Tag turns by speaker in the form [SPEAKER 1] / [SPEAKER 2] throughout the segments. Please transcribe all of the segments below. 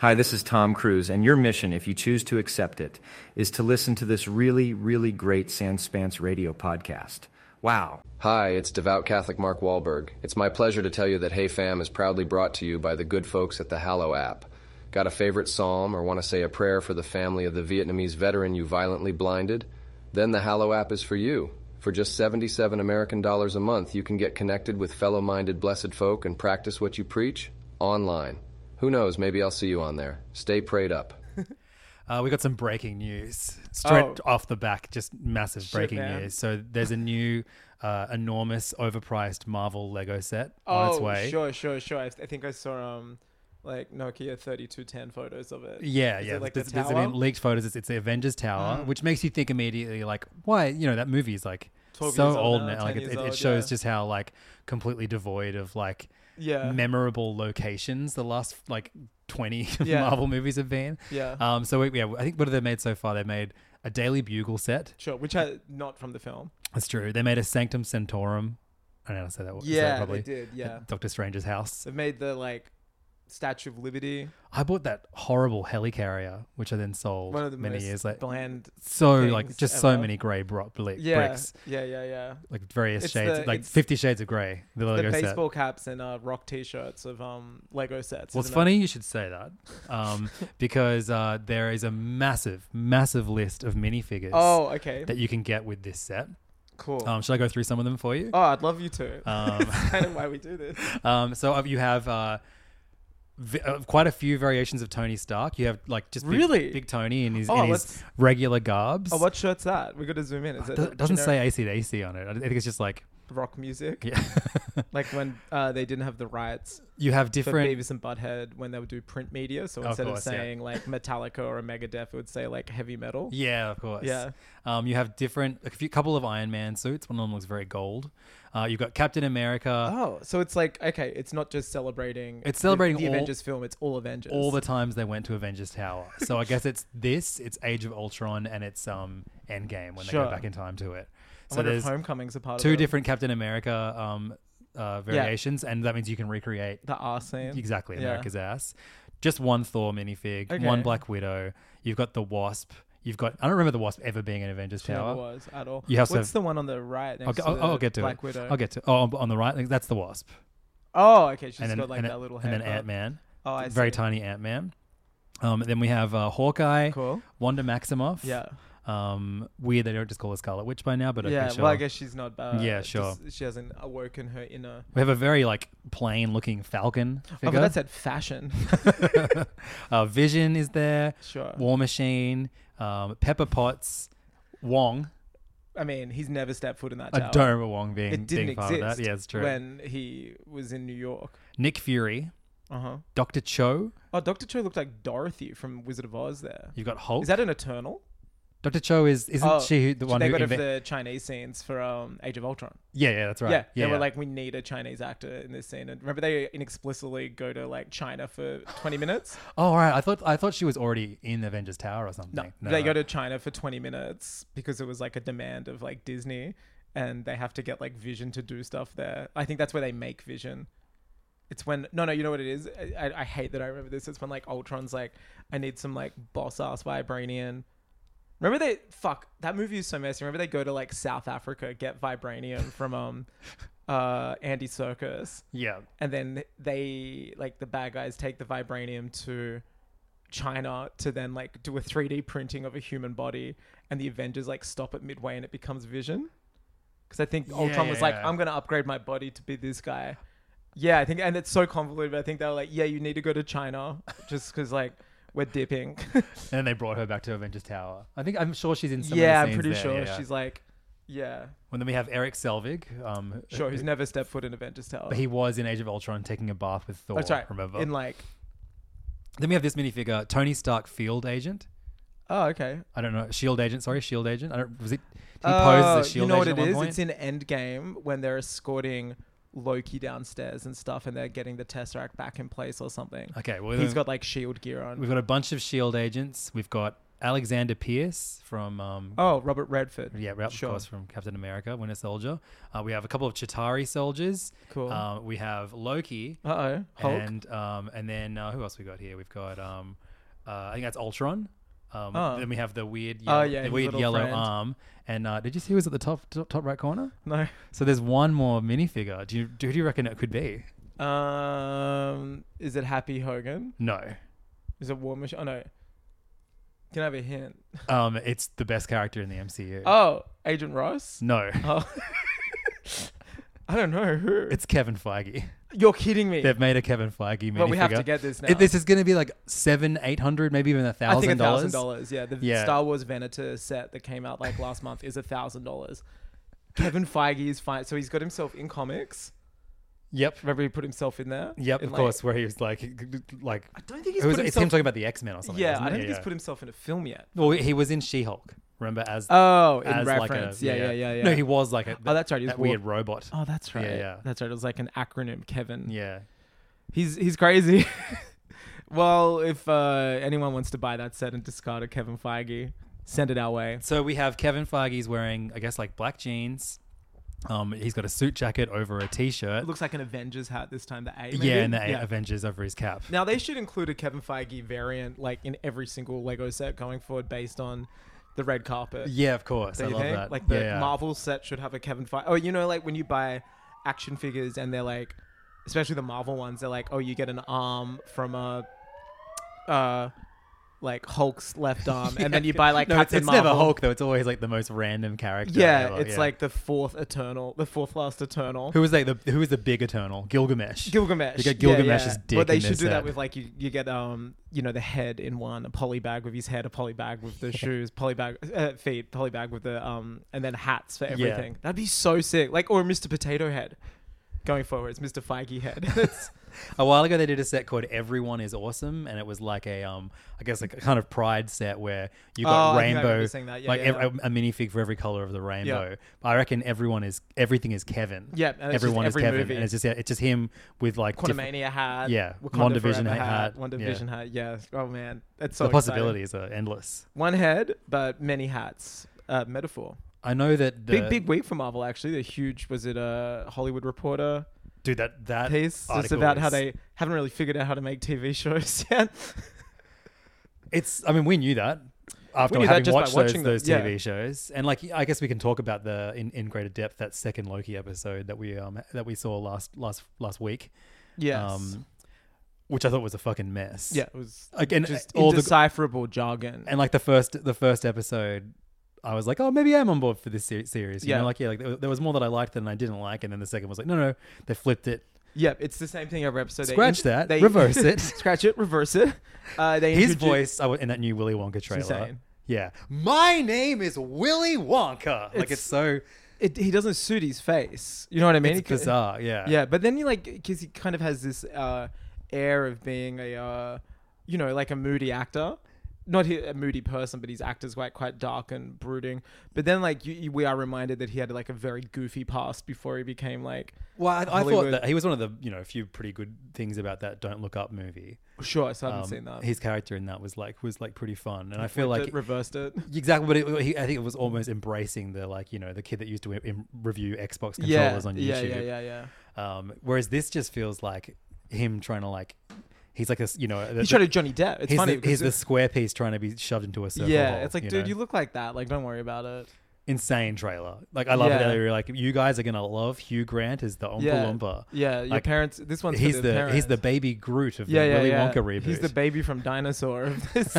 [SPEAKER 1] Hi, this is Tom Cruise, and your mission, if you choose to accept it, is to listen to this really, really great Sanspants radio podcast. Wow.
[SPEAKER 2] Hi, it's devout Catholic Mark Wahlberg. It's my pleasure to tell you that Hey Fam is proudly brought to you by the good folks at the Hallow app. Got a favorite psalm or want to say a prayer for the family of the Vietnamese veteran you violently blinded? Then the Hallow app is for you. For just 77 American dollars a month, you can get connected with fellow minded blessed folk and practice what you preach online. Who knows, maybe I'll see you on there. Stay prayed up.
[SPEAKER 3] Uh, we got some breaking news straight
[SPEAKER 4] Oh.
[SPEAKER 3] off the back, just massive breaking
[SPEAKER 4] man.
[SPEAKER 3] news. So there's a new uh, enormous, overpriced Marvel Lego set on its way.
[SPEAKER 4] Oh, sure, sure, sure. I, I think I saw um like Nokia thirty two ten photos of it.
[SPEAKER 3] Yeah,
[SPEAKER 4] Is
[SPEAKER 3] yeah.
[SPEAKER 4] It like
[SPEAKER 3] there's,
[SPEAKER 4] the
[SPEAKER 3] there's
[SPEAKER 4] tower? Hmm.
[SPEAKER 3] been leaked photos. It's, it's the Avengers Tower, which makes you think immediately, like, why? You know, that movie is like
[SPEAKER 4] 12
[SPEAKER 3] so
[SPEAKER 4] years old
[SPEAKER 3] old
[SPEAKER 4] now,
[SPEAKER 3] now.
[SPEAKER 4] 10
[SPEAKER 3] Like, it,
[SPEAKER 4] years
[SPEAKER 3] it, it
[SPEAKER 4] old,
[SPEAKER 3] shows
[SPEAKER 4] yeah.
[SPEAKER 3] just how like completely devoid of like
[SPEAKER 4] yeah,
[SPEAKER 3] memorable locations the last like 20
[SPEAKER 4] Yeah. Uh-huh.
[SPEAKER 3] Marvel movies have been.
[SPEAKER 4] Yeah.
[SPEAKER 3] Um. So we, yeah, I think what have they made so far? They made a Daily Bugle set.
[SPEAKER 4] sure. Which I not from the film.
[SPEAKER 3] That's true. They made a Sanctum Sanctorum. I don't know how to say that. word. Is that
[SPEAKER 4] Yeah, they
[SPEAKER 3] probably
[SPEAKER 4] did,
[SPEAKER 3] at
[SPEAKER 4] yeah.
[SPEAKER 3] Doctor Strange's house.
[SPEAKER 4] They've made the like Statue of Liberty.
[SPEAKER 3] I bought that horrible helicarrier, which I then sold
[SPEAKER 4] One of the
[SPEAKER 3] many
[SPEAKER 4] most
[SPEAKER 3] years later.
[SPEAKER 4] bland.
[SPEAKER 3] so like
[SPEAKER 4] things
[SPEAKER 3] just so
[SPEAKER 4] ever.
[SPEAKER 3] many grey bro- bli-
[SPEAKER 4] Yeah,
[SPEAKER 3] bricks,
[SPEAKER 4] yeah, yeah, yeah.
[SPEAKER 3] like various
[SPEAKER 4] It's
[SPEAKER 3] shades,
[SPEAKER 4] the-
[SPEAKER 3] like
[SPEAKER 4] it's-
[SPEAKER 3] Fifty Shades of Grey. The Lego
[SPEAKER 4] the
[SPEAKER 3] set.
[SPEAKER 4] baseball caps and uh, rock t-shirts of um Lego sets.
[SPEAKER 3] Well, it's
[SPEAKER 4] isn't it?
[SPEAKER 3] funny you should say that, um, because uh, there is a massive, massive list of minifigures
[SPEAKER 4] Oh, okay,
[SPEAKER 3] that you can get with this set.
[SPEAKER 4] cool.
[SPEAKER 3] Um, should I go through some of them for you?
[SPEAKER 4] oh, I'd love you to.
[SPEAKER 3] Um,
[SPEAKER 4] It's kind of why we do this.
[SPEAKER 3] Um, so uh, you have uh, vi- uh, quite a few variations of Tony Stark. You have like just big,
[SPEAKER 4] Really?
[SPEAKER 3] big Tony in his,
[SPEAKER 4] Oh,
[SPEAKER 3] in his
[SPEAKER 4] let's-
[SPEAKER 3] regular garbs.
[SPEAKER 4] Oh, what shirt's that? We got to zoom in. Is it
[SPEAKER 3] Uh, Do-
[SPEAKER 4] a
[SPEAKER 3] doesn't say
[SPEAKER 4] generic
[SPEAKER 3] ACDC on it. I think it's just like
[SPEAKER 4] rock music?
[SPEAKER 3] yeah.
[SPEAKER 4] Like when uh, they didn't have the rights
[SPEAKER 3] you have
[SPEAKER 4] for
[SPEAKER 3] different.
[SPEAKER 4] Beavis and Butthead when they would do print media. So
[SPEAKER 3] Of
[SPEAKER 4] instead
[SPEAKER 3] course,
[SPEAKER 4] of
[SPEAKER 3] yeah.
[SPEAKER 4] saying like Metallica or a Megadeth, it would say like heavy metal.
[SPEAKER 3] Yeah, of course.
[SPEAKER 4] Yeah.
[SPEAKER 3] Um, you have different a few, couple of Iron Man suits. One of them looks very gold. Uh, you've got Captain America.
[SPEAKER 4] Oh, so it's like okay, it's not just celebrating.
[SPEAKER 3] It's celebrating
[SPEAKER 4] the, the
[SPEAKER 3] all-
[SPEAKER 4] Avengers film. It's all Avengers.
[SPEAKER 3] All the times they went to Avengers Tower. So I guess it's this, it's Age of Ultron, and it's um Endgame when they
[SPEAKER 4] Sure.
[SPEAKER 3] go back in time to it.
[SPEAKER 4] I
[SPEAKER 3] So
[SPEAKER 4] wonder if
[SPEAKER 3] there's
[SPEAKER 4] Homecoming's a part of
[SPEAKER 3] two
[SPEAKER 4] it.
[SPEAKER 3] different Captain America um, uh, variations, and that means you can recreate
[SPEAKER 4] the R scene.
[SPEAKER 3] exactly
[SPEAKER 4] Yeah.
[SPEAKER 3] America's ass. Just one Thor minifig, one
[SPEAKER 4] Okay.
[SPEAKER 3] Black Widow. You've got the Wasp. You've got I don't remember the Wasp ever being in Avengers
[SPEAKER 4] Never
[SPEAKER 3] Tower.
[SPEAKER 4] was at all.
[SPEAKER 3] You have to
[SPEAKER 4] What's
[SPEAKER 3] have-
[SPEAKER 4] the one on the right?
[SPEAKER 3] I'll,
[SPEAKER 4] Next
[SPEAKER 3] get-
[SPEAKER 4] to
[SPEAKER 3] I'll,
[SPEAKER 4] the
[SPEAKER 3] I'll get to
[SPEAKER 4] Black
[SPEAKER 3] it.
[SPEAKER 4] Widow.
[SPEAKER 3] I'll get to oh on, on the right. That's the Wasp,
[SPEAKER 4] Oh, okay. She's
[SPEAKER 3] and then
[SPEAKER 4] got like
[SPEAKER 3] and,
[SPEAKER 4] that
[SPEAKER 3] then-
[SPEAKER 4] little
[SPEAKER 3] and then
[SPEAKER 4] haircut.
[SPEAKER 3] Ant Man.
[SPEAKER 4] Oh, I
[SPEAKER 3] very
[SPEAKER 4] see.
[SPEAKER 3] tiny Ant Man. Um, then we have uh, Hawkeye,
[SPEAKER 4] Cool.
[SPEAKER 3] Wanda Maximoff.
[SPEAKER 4] Yeah.
[SPEAKER 3] Um, weird they don't just call her Scarlet Witch by now, but okay,
[SPEAKER 4] Yeah.
[SPEAKER 3] sure.
[SPEAKER 4] Well, I guess she's not bad.
[SPEAKER 3] Yeah, sure.
[SPEAKER 4] she hasn't awoken her inner.
[SPEAKER 3] we have a very like plain looking Falcon.
[SPEAKER 4] Oh,
[SPEAKER 3] figure.
[SPEAKER 4] but that said fashion.
[SPEAKER 3] uh, Vision is there.
[SPEAKER 4] Sure.
[SPEAKER 3] War Machine, um, Pepper Potts, Wong.
[SPEAKER 4] I mean, he's never stepped foot in that
[SPEAKER 3] I
[SPEAKER 4] tower.
[SPEAKER 3] don't remember Wong being,
[SPEAKER 4] It didn't
[SPEAKER 3] being part
[SPEAKER 4] exist.
[SPEAKER 3] of that. Yeah, it's true.
[SPEAKER 4] When he was in New York.
[SPEAKER 3] Nick Fury,
[SPEAKER 4] Uh huh.
[SPEAKER 3] Doctor Cho.
[SPEAKER 4] Oh, Doctor Cho looked like Dorothy from Wizard of Oz. There.
[SPEAKER 3] You've got Hulk.
[SPEAKER 4] Is that an Eternal?
[SPEAKER 3] Doctor Cho is isn't
[SPEAKER 4] Oh,
[SPEAKER 3] she who- the one
[SPEAKER 4] they
[SPEAKER 3] who?
[SPEAKER 4] got rid of
[SPEAKER 3] inve-
[SPEAKER 4] the Chinese scenes for um, Age of Ultron.
[SPEAKER 3] yeah, yeah, that's right.
[SPEAKER 4] Yeah,
[SPEAKER 3] yeah,
[SPEAKER 4] they were like, we need a Chinese actor in this scene. And remember, they inexplicably go to like China for twenty minutes.
[SPEAKER 3] oh, all right. I thought I thought she was already in Avengers Tower or something.
[SPEAKER 4] No, they go to China for 20 minutes because it was like a demand of like Disney and they have to get like Vision to do stuff there. I think that's where they make Vision. It's when no no you know what it is I, I- I hate that I remember this it's when like Ultron's like I need some like boss ass vibranium. Remember they fuck that movie is so messy. Remember they go to like South Africa get vibranium from um uh, Andy Circus,
[SPEAKER 3] Yeah.
[SPEAKER 4] and then they like the bad guys take the vibranium to China to then like do a 3D printing of a human body, and the Avengers like stop at midway and it becomes Vision. Because I think Ultron
[SPEAKER 3] yeah,
[SPEAKER 4] was like,
[SPEAKER 3] yeah.
[SPEAKER 4] "I'm gonna upgrade my body to be this guy." Yeah, I think, and it's so convoluted. But I think they were like, "Yeah, you need to go to China just because like we're dipping."
[SPEAKER 3] And then they brought her back to Avengers Tower. I think I'm sure she's in some.
[SPEAKER 4] yeah,
[SPEAKER 3] of the
[SPEAKER 4] I'm pretty
[SPEAKER 3] scenes there,
[SPEAKER 4] sure
[SPEAKER 3] yeah.
[SPEAKER 4] she's like, "Yeah,
[SPEAKER 3] And then we have Eric Selvig. Um,
[SPEAKER 4] sure." Who's never stepped foot in Avengers Tower?
[SPEAKER 3] but he was in Age of Ultron taking a bath with Thor.
[SPEAKER 4] oh, sorry,
[SPEAKER 3] Remember?
[SPEAKER 4] in like,
[SPEAKER 3] then we have this minifigure, Tony Stark, Field Agent.
[SPEAKER 4] oh okay,
[SPEAKER 3] I don't know. Shield agent. Sorry, shield agent. I don't. Was it? Did he
[SPEAKER 4] Oh,
[SPEAKER 3] pose as a shield
[SPEAKER 4] you know
[SPEAKER 3] E agent
[SPEAKER 4] what it
[SPEAKER 3] at
[SPEAKER 4] is?
[SPEAKER 3] one point?
[SPEAKER 4] It's in Endgame when they're escorting Loki downstairs and stuff, and they're getting the Tesseract back in place or something.
[SPEAKER 3] okay. Well,
[SPEAKER 4] He's got like shield gear on.
[SPEAKER 3] We've got a bunch of shield E agents. We've got Alexander Pierce from. Um,
[SPEAKER 4] oh, Robert Redford.
[SPEAKER 3] Yeah, right,
[SPEAKER 4] sure.
[SPEAKER 3] of course, from Captain America, Winter Soldier. Uh, we have a couple of Chitari soldiers.
[SPEAKER 4] Cool.
[SPEAKER 3] Uh, we have Loki,
[SPEAKER 4] Uh oh, Hulk.
[SPEAKER 3] and um, and then uh, who else we got here? We've got um, uh, I think that's Ultron. Um,
[SPEAKER 4] Oh.
[SPEAKER 3] Then we have the weird,
[SPEAKER 4] Oh,
[SPEAKER 3] yellow,
[SPEAKER 4] yeah,
[SPEAKER 3] the
[SPEAKER 4] his
[SPEAKER 3] weird
[SPEAKER 4] little
[SPEAKER 3] yellow
[SPEAKER 4] friend.
[SPEAKER 3] arm. And uh, did you see who was at the top top, top right corner?
[SPEAKER 4] no,
[SPEAKER 3] So there's one more minifigure. Do you who do you reckon it could be?
[SPEAKER 4] um, is it Happy Hogan?
[SPEAKER 3] No.
[SPEAKER 4] Is it War Machine? Oh no. Can I have a hint?
[SPEAKER 3] Um, it's the best character in the MCU.
[SPEAKER 4] Oh, Agent Ross.
[SPEAKER 3] No,
[SPEAKER 4] Oh. I don't know who.
[SPEAKER 3] it's Kevin Feige.
[SPEAKER 4] You're kidding me.
[SPEAKER 3] They've made a Kevin Feige minifigure.
[SPEAKER 4] But we have to get this now.
[SPEAKER 3] It- this is going to be like seven, eight hundred, maybe even a
[SPEAKER 4] I think a
[SPEAKER 3] thousand
[SPEAKER 4] thousand
[SPEAKER 3] dollars.
[SPEAKER 4] dollars. Yeah, the
[SPEAKER 3] Yeah.
[SPEAKER 4] Star Wars Venator set that came out like last month is a thousand dollars. Kevin Feige is fine, so he's got himself in comics.
[SPEAKER 3] Yep,
[SPEAKER 4] Remember, he put himself in there.
[SPEAKER 3] yep,
[SPEAKER 4] In,
[SPEAKER 3] of
[SPEAKER 4] like-
[SPEAKER 3] course. Where he was like, like
[SPEAKER 4] I don't think he's
[SPEAKER 3] it was,
[SPEAKER 4] put
[SPEAKER 3] it's him
[SPEAKER 4] himself.
[SPEAKER 3] talking about the X Men or something.
[SPEAKER 4] yeah, I
[SPEAKER 3] wasn't
[SPEAKER 4] don't
[SPEAKER 3] it?
[SPEAKER 4] think he's
[SPEAKER 3] Yeah.
[SPEAKER 4] put himself in a film yet.
[SPEAKER 3] Well, he was in She Hulk. Remember as
[SPEAKER 4] Oh, in
[SPEAKER 3] as like a-
[SPEAKER 4] reference. yeah, yeah, yeah, yeah.
[SPEAKER 3] No, he was like a,
[SPEAKER 4] Oh, that's right, he was
[SPEAKER 3] that
[SPEAKER 4] War-
[SPEAKER 3] weird robot.
[SPEAKER 4] Oh, that's
[SPEAKER 3] Yeah,
[SPEAKER 4] right.
[SPEAKER 3] yeah.
[SPEAKER 4] that's right. It was like an acronym, Kevin.
[SPEAKER 3] Yeah.
[SPEAKER 4] He's he's crazy. well, if uh, anyone wants to buy that set and discard a Kevin Feige, send it our way.
[SPEAKER 3] So we have Kevin Feige's wearing, I guess, like black jeans. Um, he's got a suit jacket over a t-shirt.
[SPEAKER 4] It looks like an Avengers hat this time. The A.
[SPEAKER 3] yeah,
[SPEAKER 4] maybe?
[SPEAKER 3] and the Avengers over his cap.
[SPEAKER 4] Now they should include a Kevin Feige variant, like in every single Lego set going forward, based on the red carpet.
[SPEAKER 3] Yeah, of course.
[SPEAKER 4] Don't
[SPEAKER 3] I
[SPEAKER 4] you
[SPEAKER 3] love
[SPEAKER 4] think?
[SPEAKER 3] that.
[SPEAKER 4] Like the
[SPEAKER 3] yeah, yeah.
[SPEAKER 4] Marvel set should have a Kevin Feige. Oh, you know, like when you buy action figures and they're like, especially the Marvel ones, they're like, oh, you get an arm from a, uh, like Hulk's left arm, and then you buy like
[SPEAKER 3] no, it's,
[SPEAKER 4] Captain
[SPEAKER 3] it's
[SPEAKER 4] Marvel.
[SPEAKER 3] never Hulk though. It's always like the most random character.
[SPEAKER 4] Yeah,
[SPEAKER 3] ever,
[SPEAKER 4] it's like the fourth Eternal, the fourth last Eternal.
[SPEAKER 3] who was like the who was the big Eternal? Gilgamesh.
[SPEAKER 4] Gilgamesh.
[SPEAKER 3] You get
[SPEAKER 4] Yeah,
[SPEAKER 3] Gilgamesh's
[SPEAKER 4] yeah.
[SPEAKER 3] dick
[SPEAKER 4] But they
[SPEAKER 3] in
[SPEAKER 4] should
[SPEAKER 3] this
[SPEAKER 4] do
[SPEAKER 3] set.
[SPEAKER 4] that with like you, you get um you know the head in one, a poly bag with his head, a poly bag with the shoes, poly bag uh, feet, poly bag with the um and then hats for everything. That'd be so sick. Like or Mr. Potato Head. Going forward, it's Mr. Feige Head. It's-
[SPEAKER 3] a while ago they did a set called Everyone is Awesome, and it was like a um I guess like a kind of pride set where you got
[SPEAKER 4] Oh, I think I remember
[SPEAKER 3] rainbow
[SPEAKER 4] seeing that. Yeah,
[SPEAKER 3] like
[SPEAKER 4] yeah,
[SPEAKER 3] ev- a, minifig for every color of the rainbow.
[SPEAKER 4] Yeah.
[SPEAKER 3] But I reckon everyone is everything is Kevin.
[SPEAKER 4] Yeah, and it's just
[SPEAKER 3] everyone
[SPEAKER 4] every
[SPEAKER 3] is Kevin,
[SPEAKER 4] movie.
[SPEAKER 3] and it's just yeah, it's just him with like different-
[SPEAKER 4] Quantumania hat.
[SPEAKER 3] Yeah,
[SPEAKER 4] Wakanda
[SPEAKER 3] WandaVision
[SPEAKER 4] Forever
[SPEAKER 3] hat,
[SPEAKER 4] One division hat. Yeah. Oh man, that's so
[SPEAKER 3] the
[SPEAKER 4] exciting.
[SPEAKER 3] possibilities are endless.
[SPEAKER 4] One head, but many hats. Uh, metaphor.
[SPEAKER 3] I know that the
[SPEAKER 4] big big week for Marvel. Actually, the huge was it a Hollywood Reporter?
[SPEAKER 3] dude that that
[SPEAKER 4] piece just
[SPEAKER 3] article
[SPEAKER 4] about how
[SPEAKER 3] is-
[SPEAKER 4] they haven't really figured out how to make TV shows yet.
[SPEAKER 3] It's. I mean, we knew that after
[SPEAKER 4] We knew that
[SPEAKER 3] having
[SPEAKER 4] just by
[SPEAKER 3] watched those,
[SPEAKER 4] watching them,
[SPEAKER 3] those
[SPEAKER 4] yeah.
[SPEAKER 3] TV shows, and like I guess we can talk about the in, in greater depth that second Loki episode that we um that we saw last last last week,
[SPEAKER 4] yes.
[SPEAKER 3] um, which I thought was a fucking mess.
[SPEAKER 4] yeah, it was
[SPEAKER 3] Again,
[SPEAKER 4] just
[SPEAKER 3] all the
[SPEAKER 4] indecipherable jargon.
[SPEAKER 3] and like the first the first episode. I was like, oh, maybe I'm on board for this se- series. You
[SPEAKER 4] Yeah.
[SPEAKER 3] know, like, yeah, like there there was more that I liked than I didn't like. And then the second was like, no, no, they flipped it.
[SPEAKER 4] yeah, it's the same thing every episode. They
[SPEAKER 3] Scratch
[SPEAKER 4] int-
[SPEAKER 3] that, reverse it.
[SPEAKER 4] scratch it. Reverse it. Uh, they
[SPEAKER 3] His
[SPEAKER 4] introdu-
[SPEAKER 3] voice I w- in that new Willy Wonka trailer.
[SPEAKER 4] insane.
[SPEAKER 3] Yeah. My name is Willy Wonka. like,
[SPEAKER 4] It's-
[SPEAKER 3] it's so
[SPEAKER 4] It, he doesn't suit his face. You know what I mean?
[SPEAKER 3] it's
[SPEAKER 4] It c-
[SPEAKER 3] bizarre. Yeah.
[SPEAKER 4] Yeah, but then you like because he kind of has this uh, air of being a, uh, you know, like a moody actor. Not he, a moody person, but his actor's quite quite dark and brooding. But then like you, you, we are reminded that he had like a very goofy past before he became like.
[SPEAKER 3] Well, I, I thought
[SPEAKER 4] Hollywood.
[SPEAKER 3] that he was one of the you know a few pretty good things about that Don't Look Up movie.
[SPEAKER 4] Sure, so I haven't
[SPEAKER 3] Um,
[SPEAKER 4] seen that.
[SPEAKER 3] His character in that was like was like pretty fun, and I feel like
[SPEAKER 4] it reversed it.
[SPEAKER 3] exactly. But it, he, I think it was almost embracing the like you know the kid that used to im- review Xbox controllers
[SPEAKER 4] Yeah,
[SPEAKER 3] on YouTube.
[SPEAKER 4] yeah, yeah, yeah, yeah.
[SPEAKER 3] Um, whereas this just feels like him trying to like he's like this you know the,
[SPEAKER 4] He tried a Johnny Depp. It's
[SPEAKER 3] he's
[SPEAKER 4] funny.
[SPEAKER 3] the, he's the
[SPEAKER 4] because
[SPEAKER 3] square piece trying to be shoved into a
[SPEAKER 4] it-
[SPEAKER 3] circle.
[SPEAKER 4] yeah,
[SPEAKER 3] hole,
[SPEAKER 4] it's like, dude,
[SPEAKER 3] know?
[SPEAKER 4] you look like that. Like, don't worry about it.
[SPEAKER 3] insane trailer. Like I love
[SPEAKER 4] Yeah.
[SPEAKER 3] it. You're like, you guys are gonna love Hugh Grant is the Oompa
[SPEAKER 4] yeah,
[SPEAKER 3] Loompa.
[SPEAKER 4] yeah. Your
[SPEAKER 3] Like,
[SPEAKER 4] parents. This one's
[SPEAKER 3] he's
[SPEAKER 4] for
[SPEAKER 3] the
[SPEAKER 4] the,
[SPEAKER 3] he's the
[SPEAKER 4] parents.
[SPEAKER 3] baby Groot of
[SPEAKER 4] yeah,
[SPEAKER 3] the
[SPEAKER 4] yeah,
[SPEAKER 3] Willy
[SPEAKER 4] yeah.
[SPEAKER 3] Wonka reboot.
[SPEAKER 4] He's the baby from Dinosaur. Of this.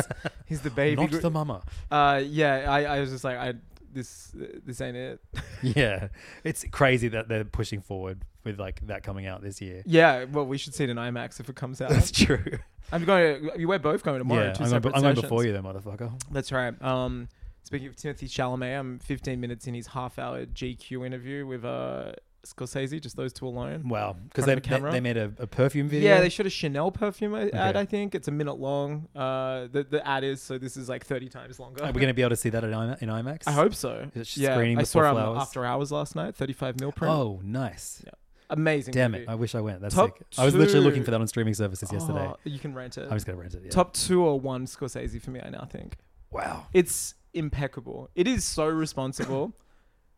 [SPEAKER 4] he's the baby.
[SPEAKER 3] not
[SPEAKER 4] Gro-
[SPEAKER 3] the mama.
[SPEAKER 4] uh, yeah, I, I was just like, I this this ain't it.
[SPEAKER 3] Yeah, it's crazy that they're pushing forward with like that coming out this year.
[SPEAKER 4] yeah, well, we should see it in IMAX if it comes out.
[SPEAKER 3] That's true.
[SPEAKER 4] I'm going. To, we're both going tomorrow.
[SPEAKER 3] yeah,
[SPEAKER 4] two
[SPEAKER 3] I'm, going,
[SPEAKER 4] separate
[SPEAKER 3] I'm going
[SPEAKER 4] sessions.
[SPEAKER 3] before you, though, motherfucker.
[SPEAKER 4] That's right. Um, speaking of Timothy Chalamet, I'm 15 minutes in his half-hour GQ interview with uh Scorsese. Just those two alone.
[SPEAKER 3] Wow, because they,
[SPEAKER 4] Front of the
[SPEAKER 3] they
[SPEAKER 4] camera.
[SPEAKER 3] they made a, a perfume video.
[SPEAKER 4] Yeah, they shot a Chanel perfume uh, ad.
[SPEAKER 3] Okay.
[SPEAKER 4] I think it's a minute long. Uh, the the ad is so this is like 30 times longer.
[SPEAKER 3] are we going to be able to see that in, Ima- in IMAX?
[SPEAKER 4] I hope so.
[SPEAKER 3] It's just
[SPEAKER 4] yeah,
[SPEAKER 3] screening
[SPEAKER 4] I
[SPEAKER 3] before
[SPEAKER 4] saw it on
[SPEAKER 3] Flowers.
[SPEAKER 4] After Hours last night. 35 mil print.
[SPEAKER 3] Oh, nice.
[SPEAKER 4] amazing!
[SPEAKER 3] Damn
[SPEAKER 4] movie.
[SPEAKER 3] it! I wish I went. That's
[SPEAKER 4] Top
[SPEAKER 3] sick. I was literally
[SPEAKER 4] two.
[SPEAKER 3] looking for that on streaming services yesterday.
[SPEAKER 4] Oh, you can rent it.
[SPEAKER 3] I'm just going to rent it. Yeah.
[SPEAKER 4] Top two or one Scorsese for me. I now think
[SPEAKER 3] Wow.
[SPEAKER 4] it's impeccable. It is so responsible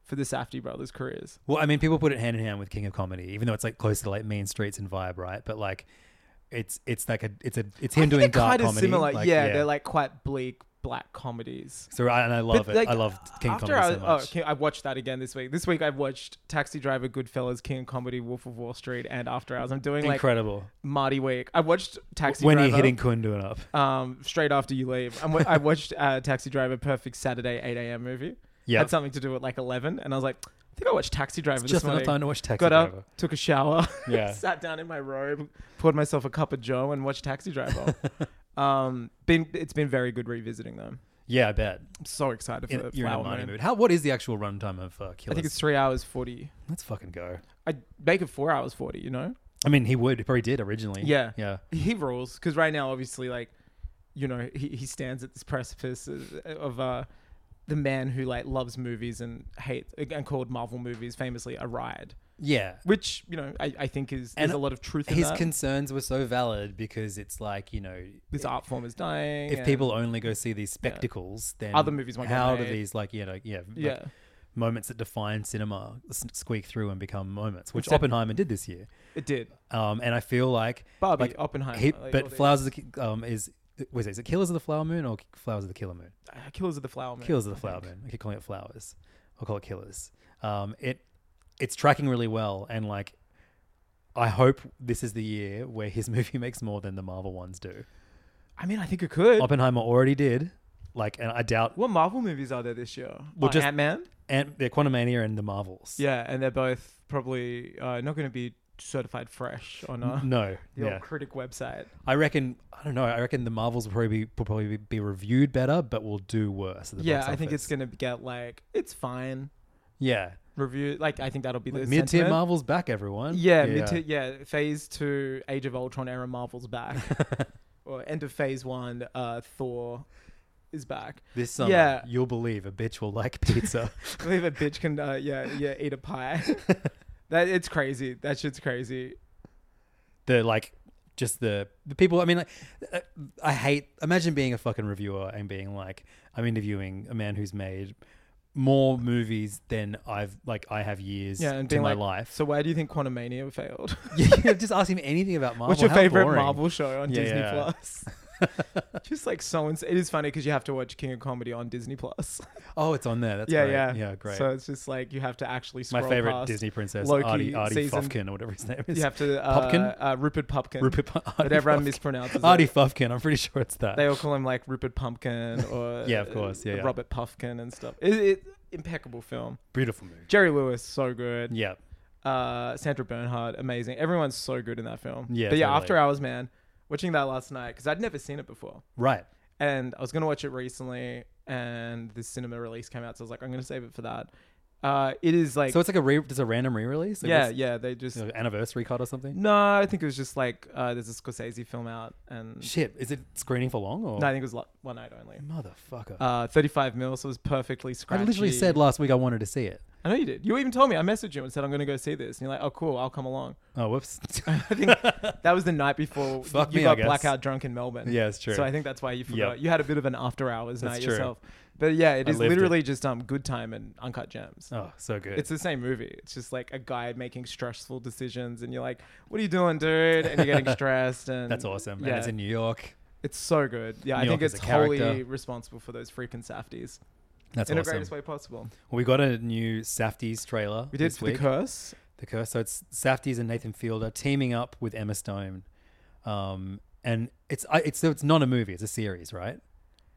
[SPEAKER 4] for the Safdie brothers' careers.
[SPEAKER 3] Well, I mean, people put it hand in hand with King of Comedy, even though it's like closer to like Mean Streets and Vibe, right? But like, it's it's like a it's a it's him
[SPEAKER 4] I think
[SPEAKER 3] doing
[SPEAKER 4] they're
[SPEAKER 3] dark
[SPEAKER 4] kinda
[SPEAKER 3] comedy.
[SPEAKER 4] Similar. yeah, they're like quite bleak black comedies.
[SPEAKER 3] So I, and I love it.
[SPEAKER 4] like,
[SPEAKER 3] I love King of Comedy
[SPEAKER 4] After I,
[SPEAKER 3] so much.
[SPEAKER 4] oh, King- I watched that again this week. This week I watched Taxi Driver, Goodfellas, King of Comedy, Wolf of Wall Street, and After Hours. I'm doing like
[SPEAKER 3] Incredible.
[SPEAKER 4] Marty Week. I watched Taxi
[SPEAKER 3] when
[SPEAKER 4] Driver.
[SPEAKER 3] you're hitting Kundun up.
[SPEAKER 4] um, straight after you leave. I'm, I watched uh, Taxi Driver, perfect Saturday 8 a.m. movie.
[SPEAKER 3] Yeah.
[SPEAKER 4] had something to do at like 11, and I was like, I think I watched Taxi Driver this
[SPEAKER 3] Just enough
[SPEAKER 4] morning.
[SPEAKER 3] time to watch Taxi
[SPEAKER 4] Got
[SPEAKER 3] Driver.
[SPEAKER 4] up, took a shower,
[SPEAKER 3] Yeah.
[SPEAKER 4] sat down in my robe, poured myself a cup of Joe, and watched Taxi Driver. um, been it's been very good revisiting them.
[SPEAKER 3] Yeah, I bet.
[SPEAKER 4] I'm so excited for
[SPEAKER 3] In- you're in a
[SPEAKER 4] Flower
[SPEAKER 3] money
[SPEAKER 4] Moon.
[SPEAKER 3] mood. How? What is the actual runtime of uh, Killers?
[SPEAKER 4] I think it's three hours forty.
[SPEAKER 3] Let's fucking go.
[SPEAKER 4] I make it four hours forty. You know,
[SPEAKER 3] I mean, he would. He probably did originally.
[SPEAKER 4] Yeah.
[SPEAKER 3] Yeah.
[SPEAKER 4] he rules because right now, obviously, like you know, he, he stands at this precipice of, of uh, the man who like loves movies and hate and called Marvel movies famously a riot,
[SPEAKER 3] Yeah.
[SPEAKER 4] which you know I, I think is there's
[SPEAKER 3] And
[SPEAKER 4] a lot of truth in
[SPEAKER 3] His
[SPEAKER 4] that.
[SPEAKER 3] concerns were so valid because it's like you know,
[SPEAKER 4] this art form is dying.
[SPEAKER 3] if
[SPEAKER 4] and-
[SPEAKER 3] people only go see these spectacles, then
[SPEAKER 4] Other movies won't get
[SPEAKER 3] How do
[SPEAKER 4] made.
[SPEAKER 3] these like you know yeah like,
[SPEAKER 4] yeah,
[SPEAKER 3] moments that define cinema s- squeak through and become moments, which
[SPEAKER 4] Exactly.
[SPEAKER 3] Oppenheimer did this year.
[SPEAKER 4] it did.
[SPEAKER 3] Um, and I feel like
[SPEAKER 4] Barbie,
[SPEAKER 3] like,
[SPEAKER 4] Oppenheimer,
[SPEAKER 3] he-
[SPEAKER 4] like, all
[SPEAKER 3] but
[SPEAKER 4] these-
[SPEAKER 3] Flowers of the, Ki- um, is was it, is it Killers of the Flower Moon or Flowers of the Killer Moon?
[SPEAKER 4] Uh, Killers of the Flower Moon.
[SPEAKER 3] Killers of the
[SPEAKER 4] I
[SPEAKER 3] Flower
[SPEAKER 4] think.
[SPEAKER 3] Moon. I keep calling it Flowers. I'll call it Killers. Um, it it's tracking really well, and like I hope this is the year where his movie makes more than the Marvel ones do.
[SPEAKER 4] I mean, I think it could.
[SPEAKER 3] Oppenheimer already did, like, and I doubt
[SPEAKER 4] what Marvel movies are there this year?
[SPEAKER 3] Well, just-
[SPEAKER 4] Ant Man.
[SPEAKER 3] and the Quantumania and the Marvels.
[SPEAKER 4] Yeah, and they're both probably uh, not going to be certified fresh on uh,
[SPEAKER 3] No.
[SPEAKER 4] the
[SPEAKER 3] yeah.
[SPEAKER 4] old critic website.
[SPEAKER 3] I reckon. I don't know. I reckon the Marvels will probably be, will probably be- be reviewed better, but will do worse. At the
[SPEAKER 4] yeah,
[SPEAKER 3] box
[SPEAKER 4] I think it's
[SPEAKER 3] office.
[SPEAKER 4] going to get like it's fine
[SPEAKER 3] yeah.
[SPEAKER 4] review. Like I think that'll be the
[SPEAKER 3] Mid tier
[SPEAKER 4] sentiment.
[SPEAKER 3] Marvels back, everyone.
[SPEAKER 4] Yeah, mid tier. Yeah, phase two, Age of Ultron era Marvel's back, or end of phase one, uh, Thor is back.
[SPEAKER 3] This summer,
[SPEAKER 4] Yeah.
[SPEAKER 3] you'll believe a bitch will like pizza.
[SPEAKER 4] I believe a bitch can uh, yeah yeah eat a pie. that it's crazy. That shit's crazy.
[SPEAKER 3] the like, just the the people. I mean, like, uh, I hate. Imagine being a fucking reviewer and being like, I'm interviewing a man who's made more movies than I've like I have years
[SPEAKER 4] Yeah, and
[SPEAKER 3] to
[SPEAKER 4] being
[SPEAKER 3] my
[SPEAKER 4] like,
[SPEAKER 3] life.
[SPEAKER 4] So why do you think Quantumania failed?
[SPEAKER 3] Yeah, just ask him anything about Marvel.
[SPEAKER 4] What's your
[SPEAKER 3] Oh, How
[SPEAKER 4] favorite
[SPEAKER 3] boring.
[SPEAKER 4] Marvel show on
[SPEAKER 3] Yeah,
[SPEAKER 4] Disney
[SPEAKER 3] yeah.
[SPEAKER 4] Plus? Just like so, ins- it is funny because you have to watch King of Comedy on Disney Plus.
[SPEAKER 3] Oh, it's on there. That's
[SPEAKER 4] yeah,
[SPEAKER 3] great.
[SPEAKER 4] yeah,
[SPEAKER 3] yeah, great.
[SPEAKER 4] So it's just like you have to actually
[SPEAKER 3] my
[SPEAKER 4] scroll
[SPEAKER 3] favorite
[SPEAKER 4] past
[SPEAKER 3] Disney princess,
[SPEAKER 4] Loki
[SPEAKER 3] Artie, Artie
[SPEAKER 4] season.
[SPEAKER 3] Fufkin, or whatever his name is.
[SPEAKER 4] You have to uh,
[SPEAKER 3] Pupkin?
[SPEAKER 4] uh, Rupert Pupkin.
[SPEAKER 3] Rupert Pu- Artie
[SPEAKER 4] but everyone
[SPEAKER 3] Fufkin.
[SPEAKER 4] mispronounces
[SPEAKER 3] Artie
[SPEAKER 4] it.
[SPEAKER 3] Fufkin. I'm pretty sure it's that.
[SPEAKER 4] They all call him like Rupert Pumpkin or
[SPEAKER 3] Yeah, of course. Yeah,
[SPEAKER 4] uh,
[SPEAKER 3] yeah.
[SPEAKER 4] Robert Puffkin and stuff. It, it, impeccable film.
[SPEAKER 3] Beautiful movie.
[SPEAKER 4] Jerry Lewis, so good.
[SPEAKER 3] Yeah,
[SPEAKER 4] Uh, Sandra Bernhard, amazing. Everyone's so good in that film.
[SPEAKER 3] Yeah,
[SPEAKER 4] but yeah,
[SPEAKER 3] totally.
[SPEAKER 4] After Hours, man. Watching that last night because I'd never seen it before.
[SPEAKER 3] right.
[SPEAKER 4] and I was gonna watch it recently, and the cinema release came out, so I was like, I'm gonna save it for that. Uh, it is like,
[SPEAKER 3] So it's like a re- just a random re-release. Like
[SPEAKER 4] yeah,
[SPEAKER 3] what's-
[SPEAKER 4] yeah, they just
[SPEAKER 3] you know, anniversary cut or something.
[SPEAKER 4] no, I think it was just like uh, there's a Scorsese film out, and
[SPEAKER 3] Shit, is it screening for long or
[SPEAKER 4] no, I think it was lo- one night only.
[SPEAKER 3] motherfucker?
[SPEAKER 4] Uh, 35 mil, so it was perfectly scratchy.
[SPEAKER 3] I literally said last week I wanted to see it.
[SPEAKER 4] I know you did. You even told me. I messaged you and said I'm gonna go see this, and you're like, oh cool, I'll come along.
[SPEAKER 3] Oh, whoops.
[SPEAKER 4] I think that was the night before
[SPEAKER 3] Fuck
[SPEAKER 4] you
[SPEAKER 3] me, I
[SPEAKER 4] got
[SPEAKER 3] guess.
[SPEAKER 4] blackout drunk in Melbourne.
[SPEAKER 3] Yeah, it's true.
[SPEAKER 4] So I think that's why you forgot.
[SPEAKER 3] Yep.
[SPEAKER 4] You had a bit of an after hours
[SPEAKER 3] That's
[SPEAKER 4] night
[SPEAKER 3] true.
[SPEAKER 4] yourself. But yeah, it
[SPEAKER 3] I
[SPEAKER 4] is
[SPEAKER 3] lived it.
[SPEAKER 4] literally just um good time and uncut gems.
[SPEAKER 3] oh, so good.
[SPEAKER 4] It's the same movie. It's just like a guy making stressful decisions, and you're like, "What are you doing, dude?" And you're getting stressed, and
[SPEAKER 3] That's awesome.
[SPEAKER 4] Yeah,
[SPEAKER 3] And it's in New York.
[SPEAKER 4] it's so good. Yeah,
[SPEAKER 3] New
[SPEAKER 4] I think
[SPEAKER 3] York as
[SPEAKER 4] it's
[SPEAKER 3] a character.
[SPEAKER 4] wholly responsible for those freaking safties.
[SPEAKER 3] That's
[SPEAKER 4] in the
[SPEAKER 3] awesome.
[SPEAKER 4] greatest way possible.
[SPEAKER 3] Well, we got a new Safties trailer.
[SPEAKER 4] We did
[SPEAKER 3] this
[SPEAKER 4] for
[SPEAKER 3] week.
[SPEAKER 4] the curse.
[SPEAKER 3] The Curse. So it's Safties and Nathan Fielder teaming up with Emma Stone, um, and it's I, it's so it's not a movie. It's a series, right?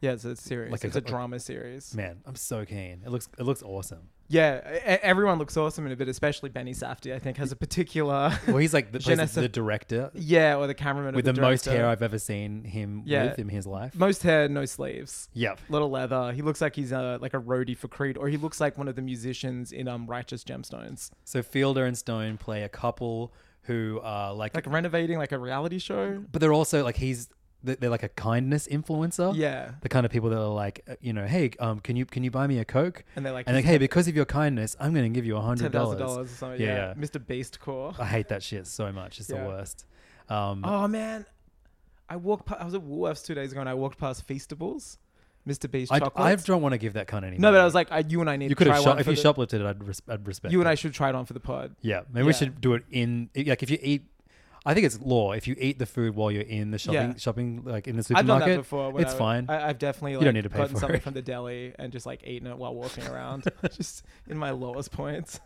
[SPEAKER 4] Yeah, it's a series.
[SPEAKER 3] Like a-
[SPEAKER 4] it's a,
[SPEAKER 3] like-
[SPEAKER 4] drama series.
[SPEAKER 3] Man, I'm so keen. It looks it looks awesome.
[SPEAKER 4] Yeah, e- everyone looks awesome in it, but especially Benny Safdie, I think, has a particular.
[SPEAKER 3] Well, he's like the, plays
[SPEAKER 4] Jeunesse-
[SPEAKER 3] the director
[SPEAKER 4] yeah, or the cameraman or
[SPEAKER 3] with
[SPEAKER 4] the,
[SPEAKER 3] the, most
[SPEAKER 4] director.
[SPEAKER 3] hair I've ever seen him
[SPEAKER 4] Yeah.
[SPEAKER 3] with in his life.
[SPEAKER 4] Most hair, no sleeves.
[SPEAKER 3] yep.
[SPEAKER 4] Little leather. He looks like he's uh, like a roadie for Creed, or he looks like one of the musicians in um Righteous Gemstones,
[SPEAKER 3] So Fielder and Stone play a couple who are like,
[SPEAKER 4] like renovating like a reality show.
[SPEAKER 3] but they're also like he's they're they're like a kindness influencer.
[SPEAKER 4] Yeah,
[SPEAKER 3] The kind of people that are like, uh, you know, hey, um, can you can you buy me a coke?
[SPEAKER 4] And they're like,
[SPEAKER 3] and like, hey, because of your kindness, I'm going to give you a
[SPEAKER 4] ten
[SPEAKER 3] hundred
[SPEAKER 4] thousand dollars or something. Yeah,
[SPEAKER 3] Yeah, Uh, yeah.
[SPEAKER 4] Mr. Beast core.
[SPEAKER 3] I hate that shit so much. It's
[SPEAKER 4] Yeah.
[SPEAKER 3] the worst. Um,
[SPEAKER 4] Oh man, I walked. Pa- I was at Woolworths two days ago, and I walked past Feastables, Mr. Beast
[SPEAKER 3] I,
[SPEAKER 4] chocolates.
[SPEAKER 3] I don't want to give that kind of
[SPEAKER 4] no, but I was like, I, you and I need
[SPEAKER 3] you
[SPEAKER 4] to
[SPEAKER 3] could
[SPEAKER 4] try
[SPEAKER 3] have
[SPEAKER 4] one.
[SPEAKER 3] shop, if
[SPEAKER 4] for
[SPEAKER 3] you
[SPEAKER 4] the-
[SPEAKER 3] shopped it, I'd, res- I'd respect.
[SPEAKER 4] you and
[SPEAKER 3] that.
[SPEAKER 4] I should try it on for the pod.
[SPEAKER 3] Yeah, maybe we
[SPEAKER 4] Yeah.
[SPEAKER 3] should do it in i- like if you eat. I think it's law if you eat the food while you're in the shopping
[SPEAKER 4] Yeah.
[SPEAKER 3] shopping like in the
[SPEAKER 4] I've
[SPEAKER 3] supermarket.
[SPEAKER 4] done that before. when
[SPEAKER 3] It's
[SPEAKER 4] I-
[SPEAKER 3] fine.
[SPEAKER 4] I, I've definitely like,
[SPEAKER 3] don't need to pay
[SPEAKER 4] gotten
[SPEAKER 3] for
[SPEAKER 4] something
[SPEAKER 3] it.
[SPEAKER 4] from the deli and just like eaten it while walking around, just in my lowest points.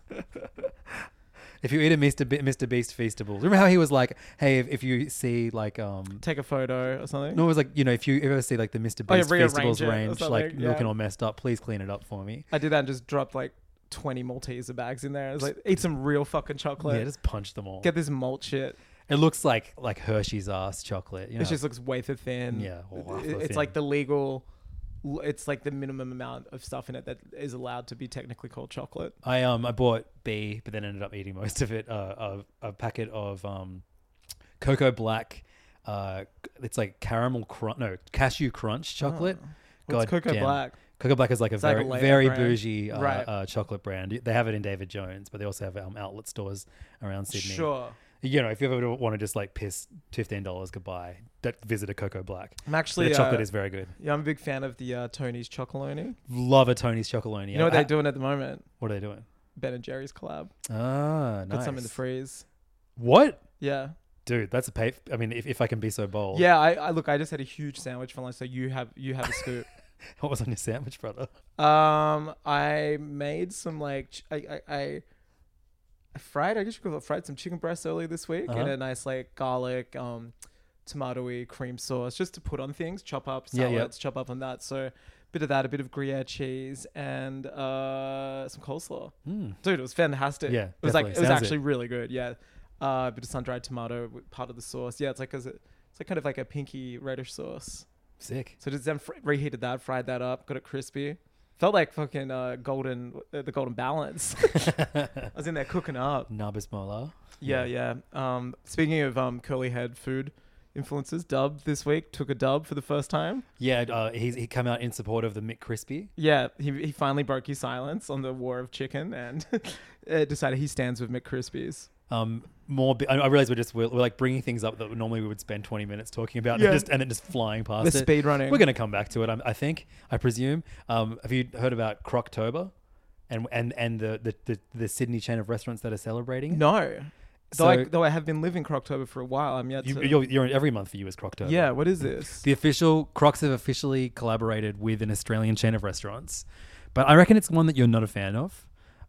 [SPEAKER 3] if you eat a Mr. Be- Mr. Beast feastable, remember how he was like, "Hey, if, if you see like um."
[SPEAKER 4] Take a photo or something.
[SPEAKER 3] No, it was like you know if you ever see like the Mr.
[SPEAKER 4] Oh, yeah,
[SPEAKER 3] Beast
[SPEAKER 4] rearrange
[SPEAKER 3] Feastables
[SPEAKER 4] it or
[SPEAKER 3] range like
[SPEAKER 4] something, yeah.
[SPEAKER 3] looking all messed up, please clean it up for me.
[SPEAKER 4] I did that and just dropped like twenty Malteser bags in there. I was like, eat some real fucking chocolate.
[SPEAKER 3] yeah, just punch them all.
[SPEAKER 4] Get this malt shit.
[SPEAKER 3] it looks like like Hershey's ass chocolate. You know,
[SPEAKER 4] It just looks wafer thin.
[SPEAKER 3] Yeah,
[SPEAKER 4] It-
[SPEAKER 3] wafer
[SPEAKER 4] it's
[SPEAKER 3] thin.
[SPEAKER 4] like the legal. It's like the minimum amount of stuff in it that is allowed to be technically called chocolate.
[SPEAKER 3] I um I bought B, but then ended up eating most of it. Uh, a, a packet of um, cocoa black. Uh, it's like caramel crunch, no cashew crunch chocolate.
[SPEAKER 4] Oh, What's Cocoa
[SPEAKER 3] damn.
[SPEAKER 4] Black?
[SPEAKER 3] Cocoa Black is like a
[SPEAKER 4] like
[SPEAKER 3] very
[SPEAKER 4] a layer
[SPEAKER 3] very
[SPEAKER 4] brand.
[SPEAKER 3] bougie uh,
[SPEAKER 4] Right.
[SPEAKER 3] uh, chocolate brand. They have it in David Jones, but they also have um, outlet stores around Sydney.
[SPEAKER 4] Sure.
[SPEAKER 3] You know, if you ever want to just like piss fifteen dollars goodbye, that visit a Cocoa Black.
[SPEAKER 4] I'm actually,
[SPEAKER 3] the chocolate
[SPEAKER 4] uh,
[SPEAKER 3] is very good.
[SPEAKER 4] Yeah, I'm a big fan of the uh, Tony's Chocolonely.
[SPEAKER 3] Love a Tony's Chocolonely.
[SPEAKER 4] You know what
[SPEAKER 3] I-
[SPEAKER 4] they're doing at the moment?
[SPEAKER 3] What are they doing?
[SPEAKER 4] Ben and Jerry's collab.
[SPEAKER 3] Ah, nice.
[SPEAKER 4] Put some in the freeze.
[SPEAKER 3] What?
[SPEAKER 4] Yeah.
[SPEAKER 3] Dude, that's a pay. I mean, if, if I can be so bold.
[SPEAKER 4] Yeah, I, I look I just had a huge sandwich for lunch, so you have you have a scoop.
[SPEAKER 3] What was on your sandwich, brother?
[SPEAKER 4] um I made some like ch- I I, I I fried I guess you could call it fried some chicken breasts earlier this week in
[SPEAKER 3] Uh-huh.
[SPEAKER 4] a nice like garlic um tomatoey cream sauce just to put on things, chop up
[SPEAKER 3] Yeah,
[SPEAKER 4] salads,
[SPEAKER 3] yeah.
[SPEAKER 4] chop up on that. So a bit of that, a bit of Gruyere cheese and uh some coleslaw. Dude, it was fantastic.
[SPEAKER 3] Hmm. Yeah,
[SPEAKER 4] It was like it
[SPEAKER 3] definitely.
[SPEAKER 4] was
[SPEAKER 3] Sounds
[SPEAKER 4] actually really good. Yeah. Uh, a bit of sun dried tomato with part of the sauce. Yeah, it's like 'cause it- it's like kind of like a pinky reddish sauce.
[SPEAKER 3] Sick.
[SPEAKER 4] So just then fr- reheated that, fried that up, got it crispy. Felt like fucking uh, golden, uh, the golden balance. I was in there cooking up.
[SPEAKER 3] Nabismola.
[SPEAKER 4] Yeah, yeah. Um, speaking of um, curly head food influences, Dub this week took a dub for the first time.
[SPEAKER 3] Yeah, uh, he's, he came out in support of the Mick Crispy.
[SPEAKER 4] Yeah, he, he finally broke his silence on the war of chicken and uh, decided he stands with McCrispies.
[SPEAKER 3] Um, more. Bi- I, I realize we're just we're, we're like bringing things up that normally we would spend twenty minutes talking about,
[SPEAKER 4] Yeah.
[SPEAKER 3] and, just, and then just flying past
[SPEAKER 4] The
[SPEAKER 3] it.
[SPEAKER 4] speed running.
[SPEAKER 3] We're going to come back to it. I'm, I think. I presume. Um, have you heard about Croctober, and and and the the, the, the Sydney chain of restaurants that are celebrating? it?
[SPEAKER 4] No, though I
[SPEAKER 3] So-
[SPEAKER 4] though I have been living Croctober for a while. I'm yet
[SPEAKER 3] You,
[SPEAKER 4] to.
[SPEAKER 3] you're, you're every month for you is Croctober.
[SPEAKER 4] yeah, what is this?
[SPEAKER 3] The official Crocs have officially collaborated with an Australian chain of restaurants, but I reckon it's one that you're not a fan of.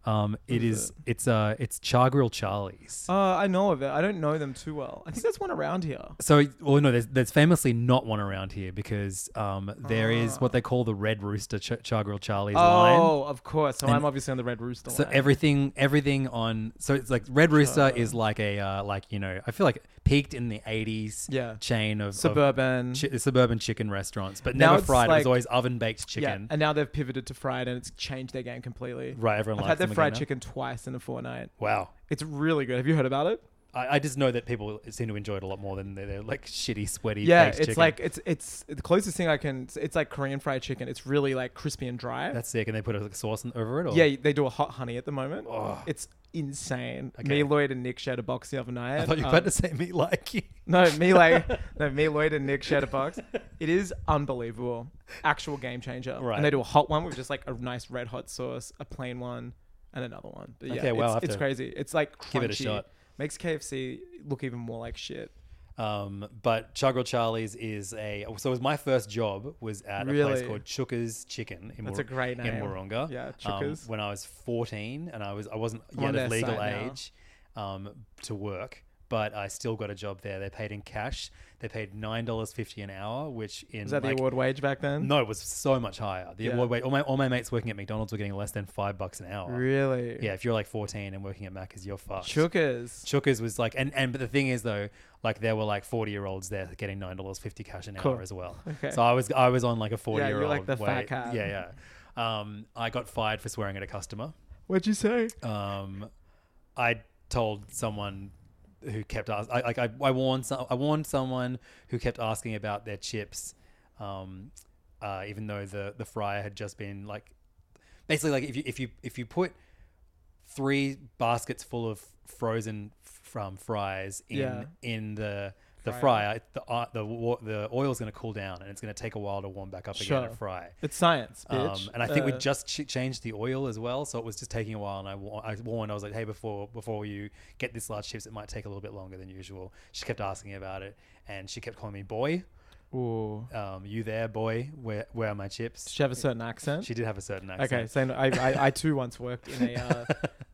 [SPEAKER 3] Um, it is, it's uh it's Char Grill Charlie's.
[SPEAKER 4] Uh, I know of it. I don't know them too well. I think there's one around here.
[SPEAKER 3] So, well, no, there's, there's famously not one around here because um, there is what they call the Red Rooster Ch- Char Grill Charlie's line.
[SPEAKER 4] Oh, of course. So I'm obviously on the Red Rooster
[SPEAKER 3] So
[SPEAKER 4] line.
[SPEAKER 3] everything, everything on. So it's like Red Rooster is like a uh, like you know I feel like peaked in the '80s
[SPEAKER 4] Yeah.
[SPEAKER 3] chain of of
[SPEAKER 4] suburban.
[SPEAKER 3] chi- suburban chicken restaurants, but
[SPEAKER 4] Now
[SPEAKER 3] never
[SPEAKER 4] it's
[SPEAKER 3] fried. it was
[SPEAKER 4] like-
[SPEAKER 3] always oven baked chicken.
[SPEAKER 4] Yeah, and now they've pivoted to fried, and it's changed their game completely.
[SPEAKER 3] Right, everyone
[SPEAKER 4] I've
[SPEAKER 3] likes
[SPEAKER 4] had
[SPEAKER 3] them
[SPEAKER 4] their fried
[SPEAKER 3] again now.
[SPEAKER 4] chicken twice in a fortnight.
[SPEAKER 3] Wow.
[SPEAKER 4] It's really good. Have you heard about it?
[SPEAKER 3] I, I just know that people seem to enjoy it a lot more than they're, like shitty, sweaty.
[SPEAKER 4] yeah,
[SPEAKER 3] baked
[SPEAKER 4] it's
[SPEAKER 3] chicken.
[SPEAKER 4] like it's it's the closest thing I can. It's like Korean fried chicken. It's really like crispy and dry.
[SPEAKER 3] that's sick, and they put a like, sauce in, over it. Or?
[SPEAKER 4] yeah, they do a hot honey at the moment. It's insane. Me, Lloyd, and Nick shared a box the other night.
[SPEAKER 3] I thought you were
[SPEAKER 4] Um,
[SPEAKER 3] about to say me like you.
[SPEAKER 4] No, me like no, me Lloyd and Nick shared a box. It is unbelievable, actual game changer.
[SPEAKER 3] Right.
[SPEAKER 4] And they do a hot one with just like a nice red hot sauce, a plain one, and another one. But yeah,
[SPEAKER 3] Okay, well, I'll
[SPEAKER 4] it's,
[SPEAKER 3] have
[SPEAKER 4] it's
[SPEAKER 3] to
[SPEAKER 4] crazy. It's like crunchy.
[SPEAKER 3] give it a shot.
[SPEAKER 4] Makes KFC look even more like shit.
[SPEAKER 3] Um, but Chugger Charlie's is a so it was my first job was at a place
[SPEAKER 4] Really?
[SPEAKER 3] called Chooker's Chicken in
[SPEAKER 4] That's
[SPEAKER 3] Wor-
[SPEAKER 4] a great
[SPEAKER 3] in
[SPEAKER 4] name.
[SPEAKER 3] Wurunga.
[SPEAKER 4] Yeah,
[SPEAKER 3] um,
[SPEAKER 4] Chooker's.
[SPEAKER 3] when I was 14 and I was I wasn't
[SPEAKER 4] I'm on
[SPEAKER 3] yet of
[SPEAKER 4] their
[SPEAKER 3] legal
[SPEAKER 4] site now.
[SPEAKER 3] age um, to work, but I still got a job there. They paid in cash. They paid nine dollars fifty an hour, which in
[SPEAKER 4] Was that
[SPEAKER 3] like-
[SPEAKER 4] the award wage back then?
[SPEAKER 3] No, it was so much higher. The
[SPEAKER 4] Yeah.
[SPEAKER 3] award wage. All my all my mates working at McDonald's were getting less than five bucks an hour.
[SPEAKER 4] Really?
[SPEAKER 3] Yeah, if you're like 14 and working at Macca's, you're fucked.
[SPEAKER 4] Chookers.
[SPEAKER 3] Chookers was like, and, and but the thing is though, like there were like forty year olds there getting nine dollars fifty cash an hour
[SPEAKER 4] Cool.
[SPEAKER 3] as well.
[SPEAKER 4] Okay.
[SPEAKER 3] So I was I was on like a forty year
[SPEAKER 4] you're
[SPEAKER 3] old.
[SPEAKER 4] like the fat cat.
[SPEAKER 3] Yeah, yeah. Um, I got fired for swearing at a customer.
[SPEAKER 4] What'd you say?
[SPEAKER 3] Um, I told someone who kept asking. I, like I, I warned some, I warned someone who kept asking about their chips, um, uh, even though the the fryer had just been like, basically like if you if you if you put three baskets full of frozen from fries in
[SPEAKER 4] Yeah.
[SPEAKER 3] in the the fryer, it- the uh, the wa- the oil's going to cool down and it's going to take a while to warm back up again
[SPEAKER 4] Sure.
[SPEAKER 3] and fry.
[SPEAKER 4] It's science,
[SPEAKER 3] Um,
[SPEAKER 4] bitch.
[SPEAKER 3] and I think we
[SPEAKER 4] Uh,
[SPEAKER 3] just ch- changed the oil as well, so it was just taking a while. And I, wa- I warned, I was like, "Hey, before before you get this large chips, it might take a little bit longer than usual." She kept asking about it, and she kept calling me "boy."
[SPEAKER 4] Ooh.
[SPEAKER 3] Um, you there, boy? Where where are my
[SPEAKER 4] Does
[SPEAKER 3] chips?
[SPEAKER 4] she have a certain accent?
[SPEAKER 3] She did have a certain accent.
[SPEAKER 4] Okay, so I, I, I too once worked in a uh,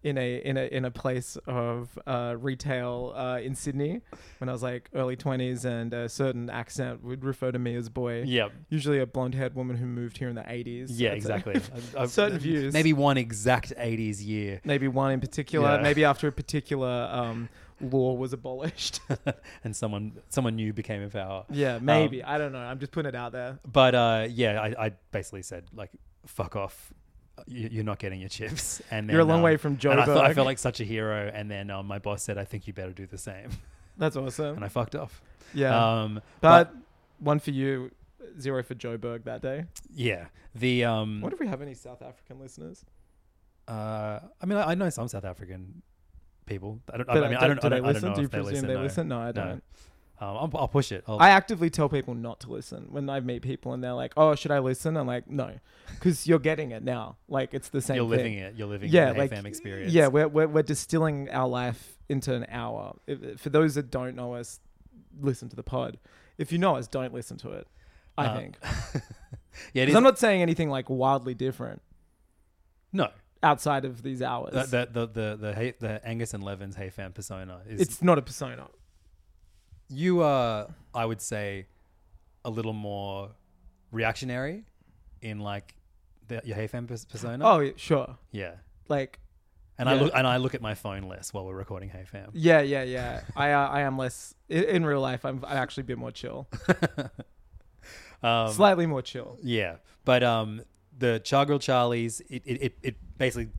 [SPEAKER 4] in a in a in a place of uh, retail uh, in Sydney when I was like early twenties, and a certain accent would refer to me as boy.
[SPEAKER 3] Yep.
[SPEAKER 4] usually a blonde-haired woman who moved here in the eighties.
[SPEAKER 3] Yeah, exactly. I- I-
[SPEAKER 4] Certain views.
[SPEAKER 3] Maybe one exact '80s year,
[SPEAKER 4] maybe one in particular.
[SPEAKER 3] Yeah.
[SPEAKER 4] Maybe after a particular um, law was abolished.
[SPEAKER 3] and someone someone new became in power.
[SPEAKER 4] yeah,
[SPEAKER 3] Um,
[SPEAKER 4] maybe I don't know. I'm just putting it out there.
[SPEAKER 3] but uh, yeah, I, I basically said like, "Fuck off." You- You're not getting your chips, and then,
[SPEAKER 4] You're a long
[SPEAKER 3] um,
[SPEAKER 4] way from
[SPEAKER 3] And I, thought, I
[SPEAKER 4] Joburg.
[SPEAKER 3] felt like such a hero, and then um, my boss said, "I think you better do the same,"
[SPEAKER 4] That's awesome.
[SPEAKER 3] and I fucked off.
[SPEAKER 4] yeah,
[SPEAKER 3] Um,
[SPEAKER 4] but, one for you, zero for Joburg that day.
[SPEAKER 3] yeah, the um,
[SPEAKER 4] I wonder if we have any South African listeners.
[SPEAKER 3] uh, I mean, I, I know some South African people. I don't. I,
[SPEAKER 4] But,
[SPEAKER 3] I mean,
[SPEAKER 4] uh,
[SPEAKER 3] I don't.
[SPEAKER 4] do
[SPEAKER 3] I
[SPEAKER 4] they
[SPEAKER 3] don't, I don't
[SPEAKER 4] listen?
[SPEAKER 3] know
[SPEAKER 4] Do you
[SPEAKER 3] if they
[SPEAKER 4] presume
[SPEAKER 3] listen.
[SPEAKER 4] they
[SPEAKER 3] no.
[SPEAKER 4] listen? No, I
[SPEAKER 3] No.
[SPEAKER 4] don't.
[SPEAKER 3] Um, I'll, I'll push it. I'll,
[SPEAKER 4] I actively tell people not to listen when I meet people and they're like, "Oh, should I listen?" I'm like, "No," because you're getting it now. Like it's the same.
[SPEAKER 3] you're
[SPEAKER 4] thing.
[SPEAKER 3] living it. You're living
[SPEAKER 4] Yeah,
[SPEAKER 3] the
[SPEAKER 4] like
[SPEAKER 3] AFAM experience.
[SPEAKER 4] Yeah, we're, we're we're distilling our life into an hour. If, for those that don't know us, listen to the pod. If you know us, don't listen to it. I
[SPEAKER 3] Uh,
[SPEAKER 4] think
[SPEAKER 3] yeah. It
[SPEAKER 4] 'Cause
[SPEAKER 3] is,
[SPEAKER 4] I'm not saying anything like wildly different
[SPEAKER 3] no,
[SPEAKER 4] outside of these hours.
[SPEAKER 3] the the the the the, hey, the Angus and Levin's HeyFam persona is
[SPEAKER 4] it's not a persona.
[SPEAKER 3] you are i would say a little more reactionary in like the, your HeyFam pers- persona
[SPEAKER 4] Oh, yeah, sure.
[SPEAKER 3] yeah
[SPEAKER 4] Like
[SPEAKER 3] and i
[SPEAKER 4] Yeah.
[SPEAKER 3] look and i look at my phone less while we're recording HeyFam
[SPEAKER 4] Yeah, yeah, yeah. I uh, I am less in, in real life. I'm I actually bit more chill,
[SPEAKER 3] um,
[SPEAKER 4] slightly more chill.
[SPEAKER 3] yeah but um the Chargril charlies it it, it it basically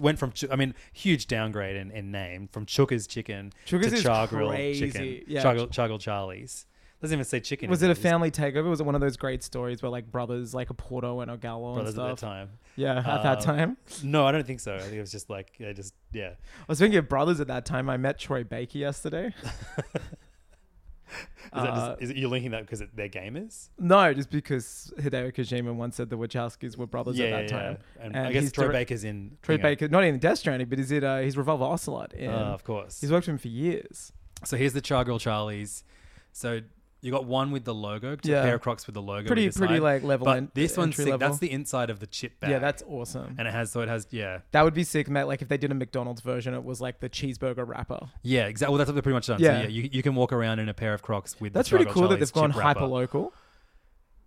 [SPEAKER 3] went from Ch- i mean huge downgrade in, in name from chooker's chicken
[SPEAKER 4] Chooker's
[SPEAKER 3] to
[SPEAKER 4] is
[SPEAKER 3] Chargril chicken
[SPEAKER 4] crazy. Yeah.
[SPEAKER 3] Chargril, Chargril charlies doesn't even say chicken
[SPEAKER 4] Was it a
[SPEAKER 3] anymore,
[SPEAKER 4] family takeover? Was it one of those great stories where like brothers, like a Porto and a Gallo
[SPEAKER 3] just
[SPEAKER 4] and
[SPEAKER 3] brothers at that
[SPEAKER 4] stuff?
[SPEAKER 3] time
[SPEAKER 4] Yeah, at that
[SPEAKER 3] Um,
[SPEAKER 4] time.
[SPEAKER 3] no i don't think so i think it was just like i just yeah
[SPEAKER 4] I was thinking of brothers at that time. I met Troy Baker yesterday.
[SPEAKER 3] Is, that
[SPEAKER 4] Uh,
[SPEAKER 3] just, is it, you're linking that because it, they're gamers?
[SPEAKER 4] No, just because Hideo Kojima once said the Wachowskis were brothers at that time.
[SPEAKER 3] And, I guess
[SPEAKER 4] he's
[SPEAKER 3] Troy
[SPEAKER 4] direct-
[SPEAKER 3] Baker's in.
[SPEAKER 4] Troy
[SPEAKER 3] you know,
[SPEAKER 4] Baker, not in Death Stranding, but is it? Uh, he's Revolver Ocelot in.
[SPEAKER 3] uh, of course.
[SPEAKER 4] He's worked with him for years.
[SPEAKER 3] So here's the Char Girl Charlies. So you got one with the logo, yeah.
[SPEAKER 4] Yeah.
[SPEAKER 3] a pair of Crocs with the logo.
[SPEAKER 4] Pretty-
[SPEAKER 3] either
[SPEAKER 4] pretty,
[SPEAKER 3] side.
[SPEAKER 4] like, level
[SPEAKER 3] But
[SPEAKER 4] en-
[SPEAKER 3] this one's
[SPEAKER 4] entry
[SPEAKER 3] sick.
[SPEAKER 4] level.
[SPEAKER 3] That's the inside of the chip bag.
[SPEAKER 4] Yeah, that's awesome.
[SPEAKER 3] and it has so it has yeah
[SPEAKER 4] that would be sick, mate. Like if they did a McDonald's version, it was like the cheeseburger wrapper.
[SPEAKER 3] yeah exactly. Well, that's what they're pretty much done. So
[SPEAKER 4] Yeah.
[SPEAKER 3] yeah, you, you can walk around in a pair of Crocs with.
[SPEAKER 4] That's
[SPEAKER 3] the Char
[SPEAKER 4] pretty
[SPEAKER 3] Girl
[SPEAKER 4] cool that
[SPEAKER 3] Charlies
[SPEAKER 4] they've gone
[SPEAKER 3] chip wrapper.
[SPEAKER 4] hyper local.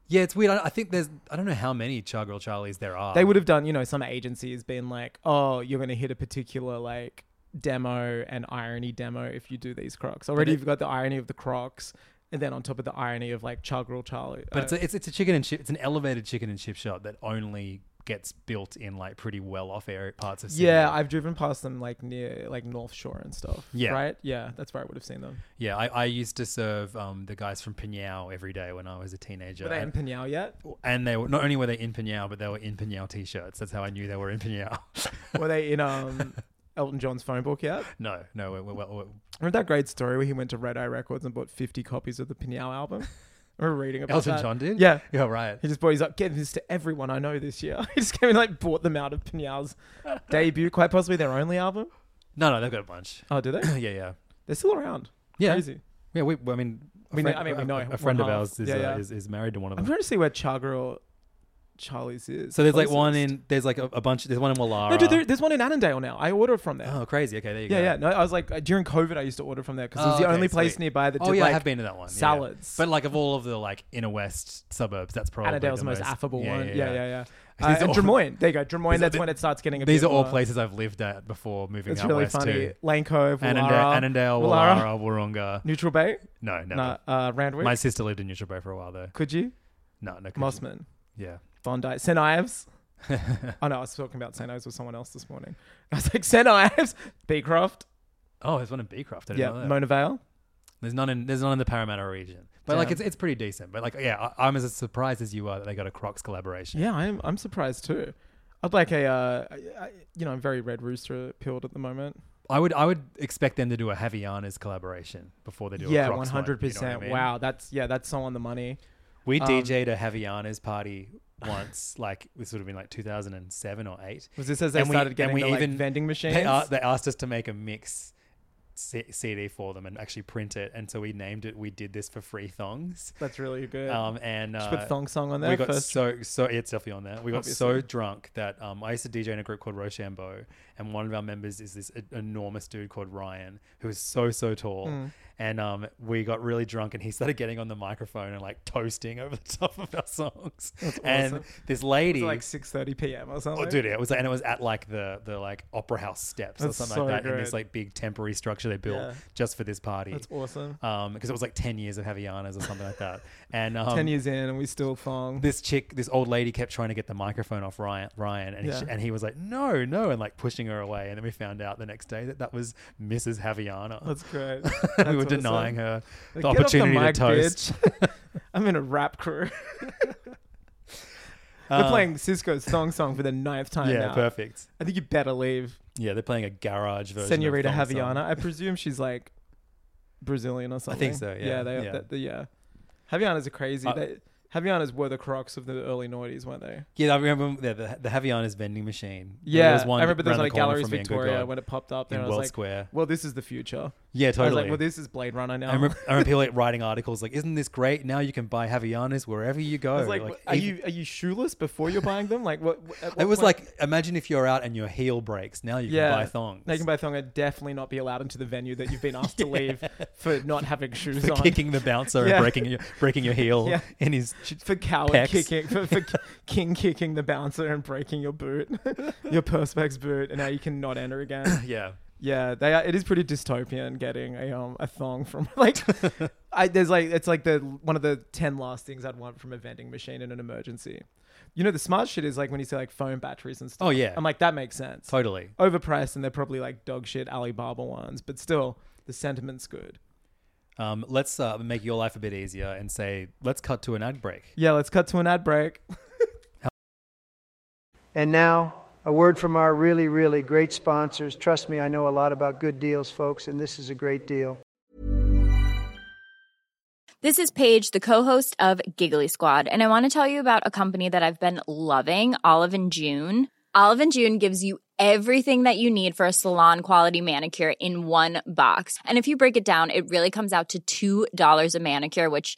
[SPEAKER 3] Yeah, it's weird. I, I think there's I don't know how many Char Girl Charlies there are.
[SPEAKER 4] They would have done, you know, some agency has been like, oh, you're going to hit a particular like demo and irony demo if you do these crocs. Already,
[SPEAKER 3] it-
[SPEAKER 4] you've got the irony of the crocs, and then on top of the irony of like Chugril Charlie. uh,
[SPEAKER 3] But it's, a, it's it's a chicken and chip. It's an elevated chicken and chip shop that only gets built in like pretty well off area parts of Sydney.
[SPEAKER 4] yeah, I've driven past them like near like North Shore and stuff.
[SPEAKER 3] Yeah.
[SPEAKER 4] right. Yeah, that's where I would have seen them.
[SPEAKER 3] yeah. I, I used to serve um, the guys from Pinyao every day when I was a teenager.
[SPEAKER 4] Were they in
[SPEAKER 3] and,
[SPEAKER 4] Pinal yet?
[SPEAKER 3] and they were not only were they in Pinyao, but they were in Pinyao t-shirts. That's how I knew they were in Pinyao.
[SPEAKER 4] Were they in um Elton John's phone book yet?
[SPEAKER 3] no, no, we we we- we-
[SPEAKER 4] Remember that great story where he went to Red Eye Records and bought fifty copies of the Pinal album? I remember reading about
[SPEAKER 3] Elton
[SPEAKER 4] that.
[SPEAKER 3] John did.
[SPEAKER 4] Yeah,
[SPEAKER 3] yeah, right.
[SPEAKER 4] He just bought. He's like, give this to everyone I know this year. he just came and like bought them out of Pinal's debut, quite possibly their only album.
[SPEAKER 3] No, no, they've got a bunch.
[SPEAKER 4] Oh, do they?
[SPEAKER 3] yeah, yeah,
[SPEAKER 4] They're still around.
[SPEAKER 3] yeah.
[SPEAKER 4] Crazy.
[SPEAKER 3] Yeah, we. I mean, a
[SPEAKER 4] We know-
[SPEAKER 3] friend,
[SPEAKER 4] I mean, we
[SPEAKER 3] a-
[SPEAKER 4] know
[SPEAKER 3] a
[SPEAKER 4] one
[SPEAKER 3] friend of
[SPEAKER 4] half.
[SPEAKER 3] ours is,
[SPEAKER 4] Yeah, yeah.
[SPEAKER 3] Uh, is is married to one of
[SPEAKER 4] I'm
[SPEAKER 3] them.
[SPEAKER 4] trying to see where Chaga or Charlie's is.
[SPEAKER 3] So there's like one
[SPEAKER 4] closest.
[SPEAKER 3] in there's like a, a bunch. There's one in Wallara.
[SPEAKER 4] No, dude, there, there's one in Annandale now. I order from there.
[SPEAKER 3] oh, crazy. Okay, there you
[SPEAKER 4] yeah,
[SPEAKER 3] go.
[SPEAKER 4] yeah. No, I was like uh, during COVID, I used to order from there because it
[SPEAKER 3] Oh,
[SPEAKER 4] was the
[SPEAKER 3] okay,
[SPEAKER 4] only place
[SPEAKER 3] sweet.
[SPEAKER 4] nearby that
[SPEAKER 3] Oh
[SPEAKER 4] did
[SPEAKER 3] yeah,
[SPEAKER 4] like
[SPEAKER 3] I have been to that one. yeah, yeah.
[SPEAKER 4] salads.
[SPEAKER 3] But like of all of the like inner west suburbs, that's probably
[SPEAKER 4] Annandale's
[SPEAKER 3] the
[SPEAKER 4] the most affable one. Yeah, yeah, yeah.
[SPEAKER 3] These
[SPEAKER 4] Uh,
[SPEAKER 3] are
[SPEAKER 4] and
[SPEAKER 3] all-
[SPEAKER 4] Des Moines. There you go. Des Moines.
[SPEAKER 3] These are
[SPEAKER 4] That's
[SPEAKER 3] the-
[SPEAKER 4] when it starts getting a
[SPEAKER 3] These
[SPEAKER 4] bit
[SPEAKER 3] are all
[SPEAKER 4] more-
[SPEAKER 3] places I've lived at before moving
[SPEAKER 4] It's
[SPEAKER 3] out
[SPEAKER 4] really
[SPEAKER 3] west
[SPEAKER 4] funny.
[SPEAKER 3] to
[SPEAKER 4] Lane Cove,
[SPEAKER 3] Annandale,
[SPEAKER 4] Woollahra,
[SPEAKER 3] Annandale,
[SPEAKER 4] Woollahra,
[SPEAKER 3] Wallara, Woorunga.
[SPEAKER 4] Neutral Bay,
[SPEAKER 3] No, no.
[SPEAKER 4] no, uh, Randwick,
[SPEAKER 3] My sister lived in Neutral Bay for a while though.
[SPEAKER 4] could you?
[SPEAKER 3] No, no. couldn't-
[SPEAKER 4] Mossman,
[SPEAKER 3] Yeah.
[SPEAKER 4] Bondi, St. Ives. oh no, I was talking about St. Ives with someone else this morning. I was like, St. Ives, Beecroft,
[SPEAKER 3] Oh, there's one in Beecroft. I didn't
[SPEAKER 4] yeah,
[SPEAKER 3] know that.
[SPEAKER 4] Mona Vale.
[SPEAKER 3] There's none in there's none in the Parramatta region, but like
[SPEAKER 4] Yeah.
[SPEAKER 3] it's it's pretty decent. But like yeah, I, I'm as surprised as you are that they got a Crocs collaboration.
[SPEAKER 4] Yeah, I'm I'm surprised too. I'd like a, uh, I, I- you know, I'm very Red Rooster pilled at the moment.
[SPEAKER 3] I would I would expect them to do a Havianas collaboration before they do a
[SPEAKER 4] yeah,
[SPEAKER 3] Crocs
[SPEAKER 4] 100.
[SPEAKER 3] One, you know
[SPEAKER 4] percent
[SPEAKER 3] what I mean?
[SPEAKER 4] Wow, that's yeah, that's so on the money.
[SPEAKER 3] We
[SPEAKER 4] Um,
[SPEAKER 3] DJ'd a Havianas party once, like this would have been like 2007 or eight.
[SPEAKER 4] Was this as they
[SPEAKER 3] And we-
[SPEAKER 4] started
[SPEAKER 3] and
[SPEAKER 4] getting
[SPEAKER 3] we
[SPEAKER 4] the, like,
[SPEAKER 3] even-
[SPEAKER 4] vending machines?
[SPEAKER 3] They, a- they asked us to make a mix C- CD for them and actually print it, and so we named it. We did this for free thongs.
[SPEAKER 4] that's really good.
[SPEAKER 3] Um, and uh,
[SPEAKER 4] Just put thong song on there
[SPEAKER 3] we got
[SPEAKER 4] first.
[SPEAKER 3] so so yeah, it's definitely on there. We got so
[SPEAKER 4] Obviously.
[SPEAKER 3] drunk that um, I used to DJ in a group called Rochambeau, and one of our members is this e- enormous dude called Ryan, who is so so tall.
[SPEAKER 4] Mm.
[SPEAKER 3] And um, we got really drunk, and he started getting on the microphone and like toasting over the top of our songs. And
[SPEAKER 4] awesome.
[SPEAKER 3] this lady,
[SPEAKER 4] It's like 6:30 p.m. or something.
[SPEAKER 3] Oh, dude, it was, and it was at like the the like opera house steps
[SPEAKER 4] That's
[SPEAKER 3] or something like
[SPEAKER 4] so
[SPEAKER 3] that in this
[SPEAKER 4] great.
[SPEAKER 3] like big temporary structure they built
[SPEAKER 4] Yeah.
[SPEAKER 3] just for this party.
[SPEAKER 4] That's awesome.
[SPEAKER 3] Um, because it was like ten years of Havianas or something like that, and um,
[SPEAKER 4] Ten years in, and we still thong.
[SPEAKER 3] This chick, this old lady, kept trying to get the microphone off Ryan, Ryan, and
[SPEAKER 4] Yeah.
[SPEAKER 3] he, and he was like, "No, no," and like pushing her away. And then we found out the next day that that was Mrs. Haviana.
[SPEAKER 4] That's great.
[SPEAKER 3] we were
[SPEAKER 4] That's
[SPEAKER 3] denying
[SPEAKER 4] awesome.
[SPEAKER 3] her the
[SPEAKER 4] Like, "Get off the
[SPEAKER 3] opportunity
[SPEAKER 4] mic,
[SPEAKER 3] to toast.
[SPEAKER 4] I'm in a rap crew. We're
[SPEAKER 3] Uh,
[SPEAKER 4] playing Cisco's thong song for the ninth time
[SPEAKER 3] yeah,
[SPEAKER 4] now.
[SPEAKER 3] perfect.
[SPEAKER 4] I think you better leave,
[SPEAKER 3] Yeah, they're playing a garage version. of
[SPEAKER 4] Senorita
[SPEAKER 3] Thong Song.
[SPEAKER 4] Haviana. I presume she's like Brazilian or something.
[SPEAKER 3] so, yeah,
[SPEAKER 4] Yeah, they,
[SPEAKER 3] yeah.
[SPEAKER 4] That, the, yeah. Havianas are crazy.
[SPEAKER 3] Uh,
[SPEAKER 4] they, Havianas were the Crocs of the early noughties, weren't they?
[SPEAKER 3] Yeah, I remember yeah, the, the Havianas vending machine.
[SPEAKER 4] Yeah,
[SPEAKER 3] was one
[SPEAKER 4] I remember there was
[SPEAKER 3] round
[SPEAKER 4] one
[SPEAKER 3] the
[SPEAKER 4] at
[SPEAKER 3] corner
[SPEAKER 4] Galleries
[SPEAKER 3] from me and Good
[SPEAKER 4] Victoria
[SPEAKER 3] God
[SPEAKER 4] when it popped up there.
[SPEAKER 3] in
[SPEAKER 4] and I was
[SPEAKER 3] World
[SPEAKER 4] like,
[SPEAKER 3] Square.
[SPEAKER 4] well, this is the future.
[SPEAKER 3] Yeah,
[SPEAKER 4] I was
[SPEAKER 3] totally.
[SPEAKER 4] like, well, this is Blade Runner now.
[SPEAKER 3] I remember, I remember people like writing articles like, "Isn't this great? Now you can buy Havianas wherever you go."
[SPEAKER 4] I was like, are
[SPEAKER 3] even-
[SPEAKER 4] you are you shoeless before you're buying them? Like what? what- at
[SPEAKER 3] e- It
[SPEAKER 4] what
[SPEAKER 3] was
[SPEAKER 4] point-
[SPEAKER 3] like, imagine if you're out and your heel breaks. Now you
[SPEAKER 4] yeah,
[SPEAKER 3] can buy thongs.
[SPEAKER 4] Now you can buy thong and definitely not be allowed into the venue that you've been asked to leave for not having shoes
[SPEAKER 3] for
[SPEAKER 4] on.
[SPEAKER 3] kicking the bouncer
[SPEAKER 4] Yeah.
[SPEAKER 3] and breaking your breaking your heel
[SPEAKER 4] Yeah.
[SPEAKER 3] in his. ch-
[SPEAKER 4] for coward
[SPEAKER 3] pecs.
[SPEAKER 4] kicking, for, for ki- king kicking the bouncer and breaking your boot, your perspex boot, and now you cannot enter again.
[SPEAKER 3] yeah,
[SPEAKER 4] Yeah, they are, it is pretty dystopian getting a um a thong from like I there's like it's like the one of the ten last things I'd want from a vending machine in an emergency. You know the smart shit is like when you see like phone batteries and stuff.
[SPEAKER 3] Oh, yeah.
[SPEAKER 4] I'm like that makes sense.
[SPEAKER 3] totally.
[SPEAKER 4] Overpriced and they're probably like dog shit Alibaba ones, but still the sentiment's good.
[SPEAKER 3] Um, let's uh, make your life a bit easier and say, let's cut to an ad break.
[SPEAKER 4] Yeah, let's cut to an ad break.
[SPEAKER 5] And now, a word from our really, really great sponsors. Trust me, I know a lot about good deals, folks, and this is a great deal.
[SPEAKER 6] This is Paige, the co-host of Giggly Squad, and I want to tell you about a company that I've been loving, Olive and June. Olive and June gives you everything that you need for a salon quality manicure in one box. And if you break it down, it really comes out to $2 a manicure, which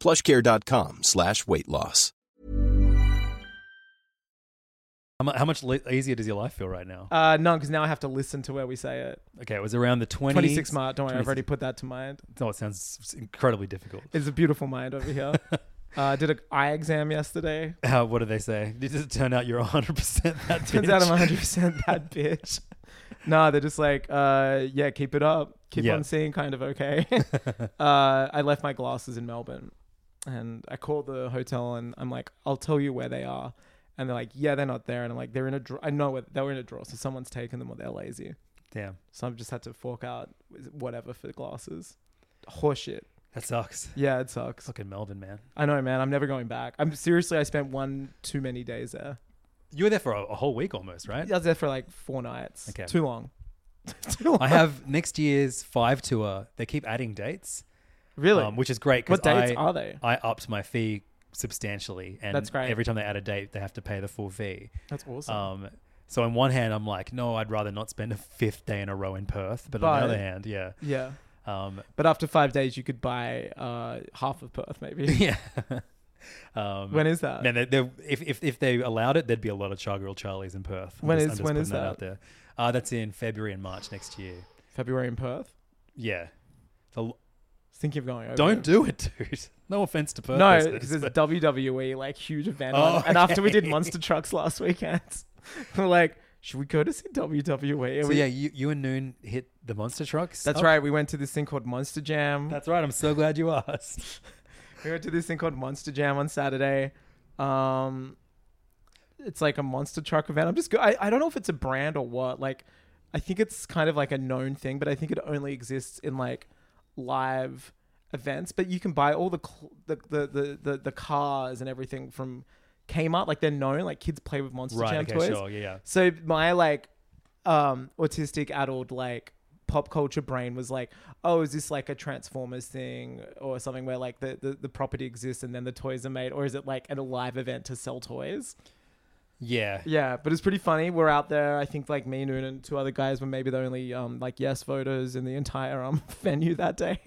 [SPEAKER 7] Plushcare.com slash weight loss.
[SPEAKER 3] How, mu- how much le- easier does your life feel right now?
[SPEAKER 4] Uh, no, because now I have to listen to where we say it.
[SPEAKER 3] Okay, it was around the 20,
[SPEAKER 4] 26 mark. Don't worry, I've
[SPEAKER 3] 26
[SPEAKER 4] already put that to mind.
[SPEAKER 3] No, it sounds s- incredibly difficult.
[SPEAKER 4] It's a beautiful mind over here. uh, did an eye exam yesterday.
[SPEAKER 3] How, Uh, what do they say? Does it turn out you're 100% that
[SPEAKER 4] Turns
[SPEAKER 3] bitch?
[SPEAKER 4] out I'm 100 percent that bitch. no, they're just like, uh, yeah, keep it up, keep
[SPEAKER 3] Yeah.
[SPEAKER 4] on seeing, kind of okay. uh, I left my glasses in Melbourne, and I called the hotel, and I'm like, I'll tell you where they are, and they're like, yeah, they're not there, and I'm like, they're in a drawer. I know it. they were in a drawer, so someone's taken them or they're lazy.
[SPEAKER 3] Damn,
[SPEAKER 4] So I've just had to fork out whatever for the glasses. Horseshit.
[SPEAKER 3] that sucks.
[SPEAKER 4] Yeah, it sucks.
[SPEAKER 3] Fucking Melbourne, man.
[SPEAKER 4] I know, man. I'm never going back. I'm seriously. I spent one too many days there.
[SPEAKER 3] You were there for a, a whole week almost, right?
[SPEAKER 4] I was there for like four nights.
[SPEAKER 3] Okay.
[SPEAKER 4] Too long. Too long.
[SPEAKER 3] I have next year's five tour. They keep adding dates,
[SPEAKER 4] really.
[SPEAKER 3] um, which is great. 'cause
[SPEAKER 4] What dates
[SPEAKER 3] I,
[SPEAKER 4] are they?
[SPEAKER 3] I upped my fee substantially, and
[SPEAKER 4] That's great.
[SPEAKER 3] every time they add a date, they have to pay the full fee.
[SPEAKER 4] That's awesome.
[SPEAKER 3] Um, so on one hand, I'm like, no, I'd rather not spend a fifth day in a row in Perth. But on
[SPEAKER 4] But-
[SPEAKER 3] the other hand, yeah,
[SPEAKER 4] yeah.
[SPEAKER 3] um,
[SPEAKER 4] But after five days, you could buy uh, half of Perth, maybe.
[SPEAKER 3] yeah. um,
[SPEAKER 4] when is that?
[SPEAKER 3] man, they, they, if, if if they allowed it, there'd be a lot of Chargirl Charlies in Perth. I'm
[SPEAKER 4] When
[SPEAKER 3] just-
[SPEAKER 4] is-
[SPEAKER 3] I'm just
[SPEAKER 4] when
[SPEAKER 3] putting
[SPEAKER 4] is
[SPEAKER 3] out
[SPEAKER 4] that?
[SPEAKER 3] there? Uh, that's in February and March next year.
[SPEAKER 4] February in Perth.
[SPEAKER 3] Yeah. So
[SPEAKER 4] Thinking of going over.
[SPEAKER 3] Don't do it, dude. No offense to Perth.
[SPEAKER 4] Oh, No,
[SPEAKER 3] listeners,
[SPEAKER 4] because it's
[SPEAKER 3] but-
[SPEAKER 4] WWE E, like huge event.
[SPEAKER 3] Oh,
[SPEAKER 4] on- And after we did
[SPEAKER 3] okay.
[SPEAKER 4] monster trucks last weekend, we're like, should we go to see WWE? And
[SPEAKER 3] So
[SPEAKER 4] we-
[SPEAKER 3] yeah, you, you and Noon hit the monster trucks.
[SPEAKER 4] That's
[SPEAKER 3] up?
[SPEAKER 4] right. We went to this thing called Monster Jam.
[SPEAKER 3] That's right. I'm so glad you asked.
[SPEAKER 4] we went to this thing called Monster Jam on Saturday. Um, it's like a monster truck event. I'm just go- I, I don't know if it's a brand or what. Like, I think it's kind of like a known thing, but I think it only exists in like live events. But you can buy all the cl- the, the, the, the the cars and everything from Kmart. Like they're known. Like kids play with Monster
[SPEAKER 3] right.
[SPEAKER 4] Jam
[SPEAKER 3] Okay.
[SPEAKER 4] toys.
[SPEAKER 3] Sure. Yeah. yeah.
[SPEAKER 4] So my like um autistic adult like pop culture brain was like, oh, is this like a Transformers thing or something where like the, the, the property exists and then the toys are made, or is it like at a live event to sell toys?
[SPEAKER 3] Yeah.
[SPEAKER 4] Yeah, but it's pretty funny. We're out there. I think like me, Noon, and two other guys were maybe the only um like yes voters in the entire um venue that day.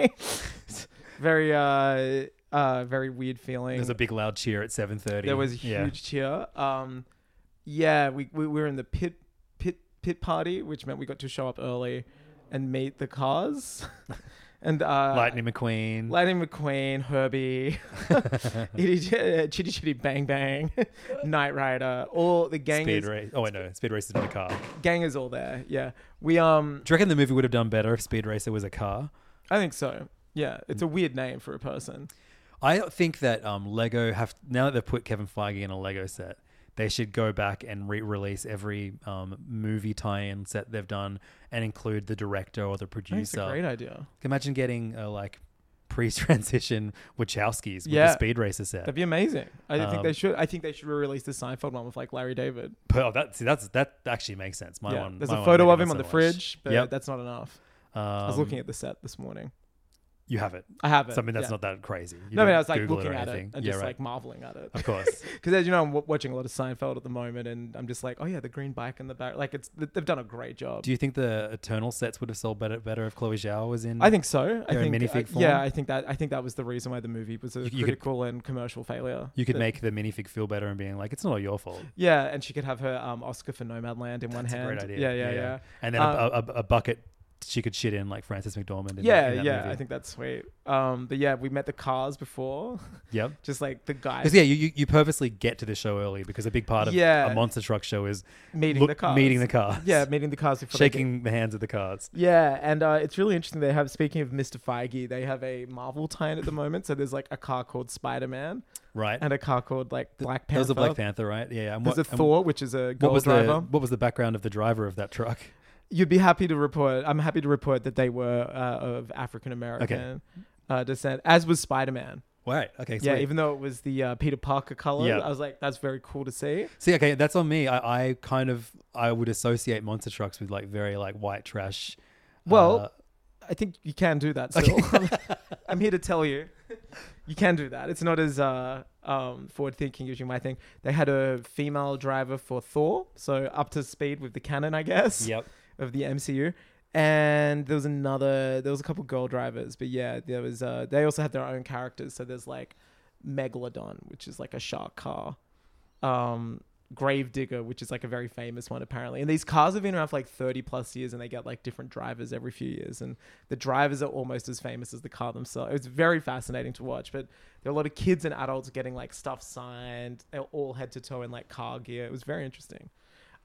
[SPEAKER 4] very uh uh very weird feeling.
[SPEAKER 3] There's a big loud cheer at 7:30.
[SPEAKER 4] There was a huge
[SPEAKER 3] Yeah.
[SPEAKER 4] cheer. Um, yeah, we, we were in the pit pit pit party, which meant we got to show up early and meet the cars. and uh,
[SPEAKER 3] Lightning McQueen.
[SPEAKER 4] Lightning McQueen, Herbie, Itty Bitty- Chitty Chitty Bang Bang, Knight Rider, all the gang
[SPEAKER 3] Speed
[SPEAKER 4] is,
[SPEAKER 3] race. Oh, I know. Speed race is in a car. Do
[SPEAKER 4] gang is all there. Yeah, we um,
[SPEAKER 3] you reckon the movie would have done better if Speed Racer was a car?
[SPEAKER 4] I think so. Yeah, it's
[SPEAKER 3] Mm.
[SPEAKER 4] a weird name for a person.
[SPEAKER 3] I think that um, Lego have now that they've put Kevin Feige in a Lego set, they should go back and re-release every um, movie tie-in set they've done and include the director or the
[SPEAKER 4] I think it's
[SPEAKER 3] producer.
[SPEAKER 4] a great idea.
[SPEAKER 3] Imagine getting a like pre-transition Wachowskis with
[SPEAKER 4] Yeah.
[SPEAKER 3] the Speed Racer set.
[SPEAKER 4] That'd be amazing. I think
[SPEAKER 3] Um,
[SPEAKER 4] they should. I think they should release the Seinfeld one with like Larry David.
[SPEAKER 3] But, oh, that see, that's that actually makes sense. My
[SPEAKER 4] yeah,
[SPEAKER 3] one.
[SPEAKER 4] there's
[SPEAKER 3] my
[SPEAKER 4] a
[SPEAKER 3] one
[SPEAKER 4] photo
[SPEAKER 3] maybe
[SPEAKER 4] of
[SPEAKER 3] not
[SPEAKER 4] him on
[SPEAKER 3] so
[SPEAKER 4] the
[SPEAKER 3] much.
[SPEAKER 4] fridge, but
[SPEAKER 3] Yep.
[SPEAKER 4] that's not enough.
[SPEAKER 3] Um,
[SPEAKER 4] I was looking at the set this morning.
[SPEAKER 3] You have it.
[SPEAKER 4] I have it.
[SPEAKER 3] So, I mean, that's
[SPEAKER 4] yeah.
[SPEAKER 3] not that crazy. You
[SPEAKER 4] no, but
[SPEAKER 3] don't
[SPEAKER 4] I was like
[SPEAKER 3] Google
[SPEAKER 4] looking
[SPEAKER 3] or
[SPEAKER 4] at it
[SPEAKER 3] anything.
[SPEAKER 4] and
[SPEAKER 3] yeah,
[SPEAKER 4] just
[SPEAKER 3] right.
[SPEAKER 4] like marveling at it.
[SPEAKER 3] Of course.
[SPEAKER 4] Because as you know, I'm w- watching a lot of Seinfeld at the moment, and I'm just like, oh yeah, the green bike in the back. Like it's th- they've done a great job.
[SPEAKER 3] Do you think the Eternal sets would have sold better better if Chloe Zhao was in?
[SPEAKER 4] I think so. I
[SPEAKER 3] They're in
[SPEAKER 4] think
[SPEAKER 3] minifig
[SPEAKER 4] I- yeah,
[SPEAKER 3] form?
[SPEAKER 4] I think that I think that was the reason why the movie was a
[SPEAKER 3] You- you could-
[SPEAKER 4] critical and commercial failure.
[SPEAKER 3] you could
[SPEAKER 4] That-
[SPEAKER 3] make the minifig feel better and being like, it's not all your fault.
[SPEAKER 4] yeah, and she could have her um, Oscar for Nomadland in one
[SPEAKER 3] That's
[SPEAKER 4] hand.
[SPEAKER 3] a great idea.
[SPEAKER 4] Yeah, yeah, yeah.
[SPEAKER 3] And then
[SPEAKER 4] Um,
[SPEAKER 3] a, a, a bucket she could shit in like Frances McDormand. In that-
[SPEAKER 4] yeah,
[SPEAKER 3] in that
[SPEAKER 4] yeah,
[SPEAKER 3] movie.
[SPEAKER 4] I think that's sweet. Um, but yeah, we met the cars before,
[SPEAKER 3] Yep.
[SPEAKER 4] just like the guy
[SPEAKER 3] Because yeah, you, you- you purposely get to the show early because a big part of
[SPEAKER 4] Yeah.
[SPEAKER 3] a monster truck show is
[SPEAKER 4] meeting
[SPEAKER 3] look-
[SPEAKER 4] the cars,
[SPEAKER 3] meeting the cars.
[SPEAKER 4] yeah, meeting the cars before they get-
[SPEAKER 3] shaking the hands of the cards.
[SPEAKER 4] Yeah, and uh, it's really interesting. They have speaking of Mr. Feige, they have a Marvel tie-in at the moment. So there's like a car called Spider Man
[SPEAKER 3] Right.
[SPEAKER 4] and a car called like Black
[SPEAKER 3] That
[SPEAKER 4] Panther.
[SPEAKER 3] was a Black Panther, right? Yeah. yeah. And
[SPEAKER 4] There's
[SPEAKER 3] what-
[SPEAKER 4] a
[SPEAKER 3] and
[SPEAKER 4] Thor, which is a
[SPEAKER 3] What
[SPEAKER 4] girl
[SPEAKER 3] was the
[SPEAKER 4] driver.
[SPEAKER 3] What was the background of the driver of that truck?
[SPEAKER 4] You'd be happy to report. I'm happy to report that they were uh, of African American uh, descent, as was Spider Man.
[SPEAKER 3] Wait, okay.
[SPEAKER 4] yeah,
[SPEAKER 3] sweet.
[SPEAKER 4] even though it was the uh, Peter Parker color,
[SPEAKER 3] Yeah.
[SPEAKER 4] I was like, that's very cool to see.
[SPEAKER 3] See, okay, that's on me. I, I kind of I would associate monster trucks with like very like white trash.
[SPEAKER 4] Well,
[SPEAKER 3] uh,
[SPEAKER 4] I think you can do that still. I'm here to tell you, you can do that. It's not as uh, um, forward thinking as you might think. They had a female driver for Thor, so up to speed with the canon, I guess,
[SPEAKER 3] yep.
[SPEAKER 4] of the MCU. And there was another, there was a couple girl drivers, but yeah, there was. Uh, they also had their own characters. So there's like Megalodon, which is like a shark car. Um, Gravedigger, which is like a very famous one apparently. And these cars have been around for like 30 plus years and they get like different drivers every few years. And the drivers are almost as famous as the car themselves. It's very fascinating to watch, but there are a lot of kids and adults getting like stuff signed. They're all head to toe in like car gear. It was very interesting.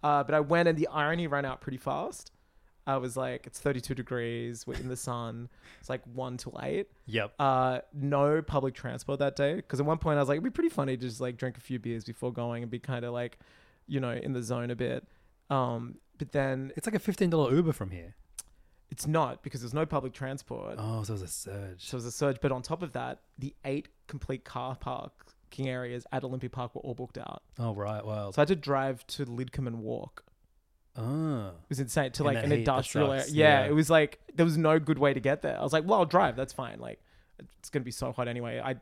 [SPEAKER 4] Uh, but I went and the irony ran out pretty fast. I was like, it's 32 degrees, we're in the sun. It's like 1 till 8
[SPEAKER 3] Yep.
[SPEAKER 4] uh, no public transport that day because at one point I was like, it'd be pretty funny to just like drink a few beers before going and be kind of like, you know, in the zone a bit. Um, but then
[SPEAKER 3] it's like a fifteen dollar Uber from here.
[SPEAKER 4] it's not because there's no public transport.
[SPEAKER 3] Oh, so it was a surge.
[SPEAKER 4] So it was a surge. But on top of that, the eight complete car parking areas at Olympic Park were all booked out.
[SPEAKER 3] Oh right, well.
[SPEAKER 4] So I had to drive to Lidcombe and walk.
[SPEAKER 3] oh.
[SPEAKER 4] It was insane to
[SPEAKER 3] In
[SPEAKER 4] like
[SPEAKER 3] that
[SPEAKER 4] an
[SPEAKER 3] heat, that
[SPEAKER 4] industrial area.
[SPEAKER 3] sucks.
[SPEAKER 4] Yeah,
[SPEAKER 3] Yeah.
[SPEAKER 4] it was like there was no good way to get there. I was like, well, I'll drive. That's fine. Like it's gonna be so hot anyway. I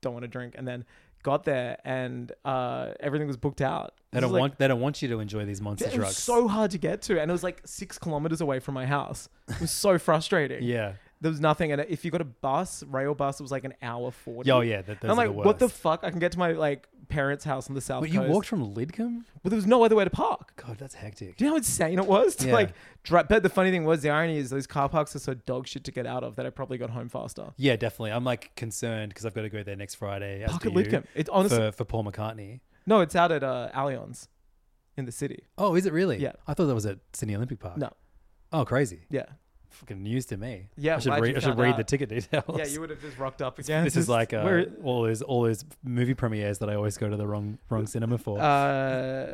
[SPEAKER 4] don't want to drink. And then got there and uh, everything was booked out.
[SPEAKER 3] They
[SPEAKER 4] This
[SPEAKER 3] don't
[SPEAKER 4] is, like,
[SPEAKER 3] want they don't want you to enjoy these monster
[SPEAKER 4] It
[SPEAKER 3] trucks.
[SPEAKER 4] was so hard to get to, and it was like six kilometers away from my house. It was so frustrating.
[SPEAKER 3] yeah.
[SPEAKER 4] there was nothing. And if you got a bus, rail bus, it was like an hour forty.
[SPEAKER 3] Oh yeah, that, those
[SPEAKER 4] And I'm
[SPEAKER 3] are
[SPEAKER 4] like,
[SPEAKER 3] the worst.
[SPEAKER 4] what the fuck? I can get to my like parents' house on the south
[SPEAKER 3] Wait, you
[SPEAKER 4] coast.
[SPEAKER 3] walked from Lidcombe?
[SPEAKER 4] but there was no other way to park.
[SPEAKER 3] God, that's hectic.
[SPEAKER 4] Do you know how insane it was to
[SPEAKER 3] Yeah.
[SPEAKER 4] like drive? But the funny thing was, the irony is those car parks are so dog shit to get out of that I probably got home faster.
[SPEAKER 3] Yeah, definitely. I'm like concerned because I've got to go there next Friday. as
[SPEAKER 4] Park
[SPEAKER 3] do
[SPEAKER 4] at
[SPEAKER 3] you,
[SPEAKER 4] Lidcombe. It honestly,
[SPEAKER 3] for, for Paul McCartney.
[SPEAKER 4] no, it's out at uh, Allianz in the city.
[SPEAKER 3] Oh, is it really?
[SPEAKER 4] Yeah.
[SPEAKER 3] I thought that was at Sydney Olympic Park.
[SPEAKER 4] No,
[SPEAKER 3] Oh, crazy.
[SPEAKER 4] yeah,
[SPEAKER 3] Fucking news to me.
[SPEAKER 4] Yeah,
[SPEAKER 3] I should
[SPEAKER 4] glad you
[SPEAKER 3] read. I should
[SPEAKER 4] found
[SPEAKER 3] read the
[SPEAKER 4] out.
[SPEAKER 3] ticket details.
[SPEAKER 4] yeah. You would have just rocked up again.
[SPEAKER 3] this is like uh,
[SPEAKER 4] Where-
[SPEAKER 3] all those all those movie premieres that I always go to the wrong wrong cinema for.
[SPEAKER 4] uh,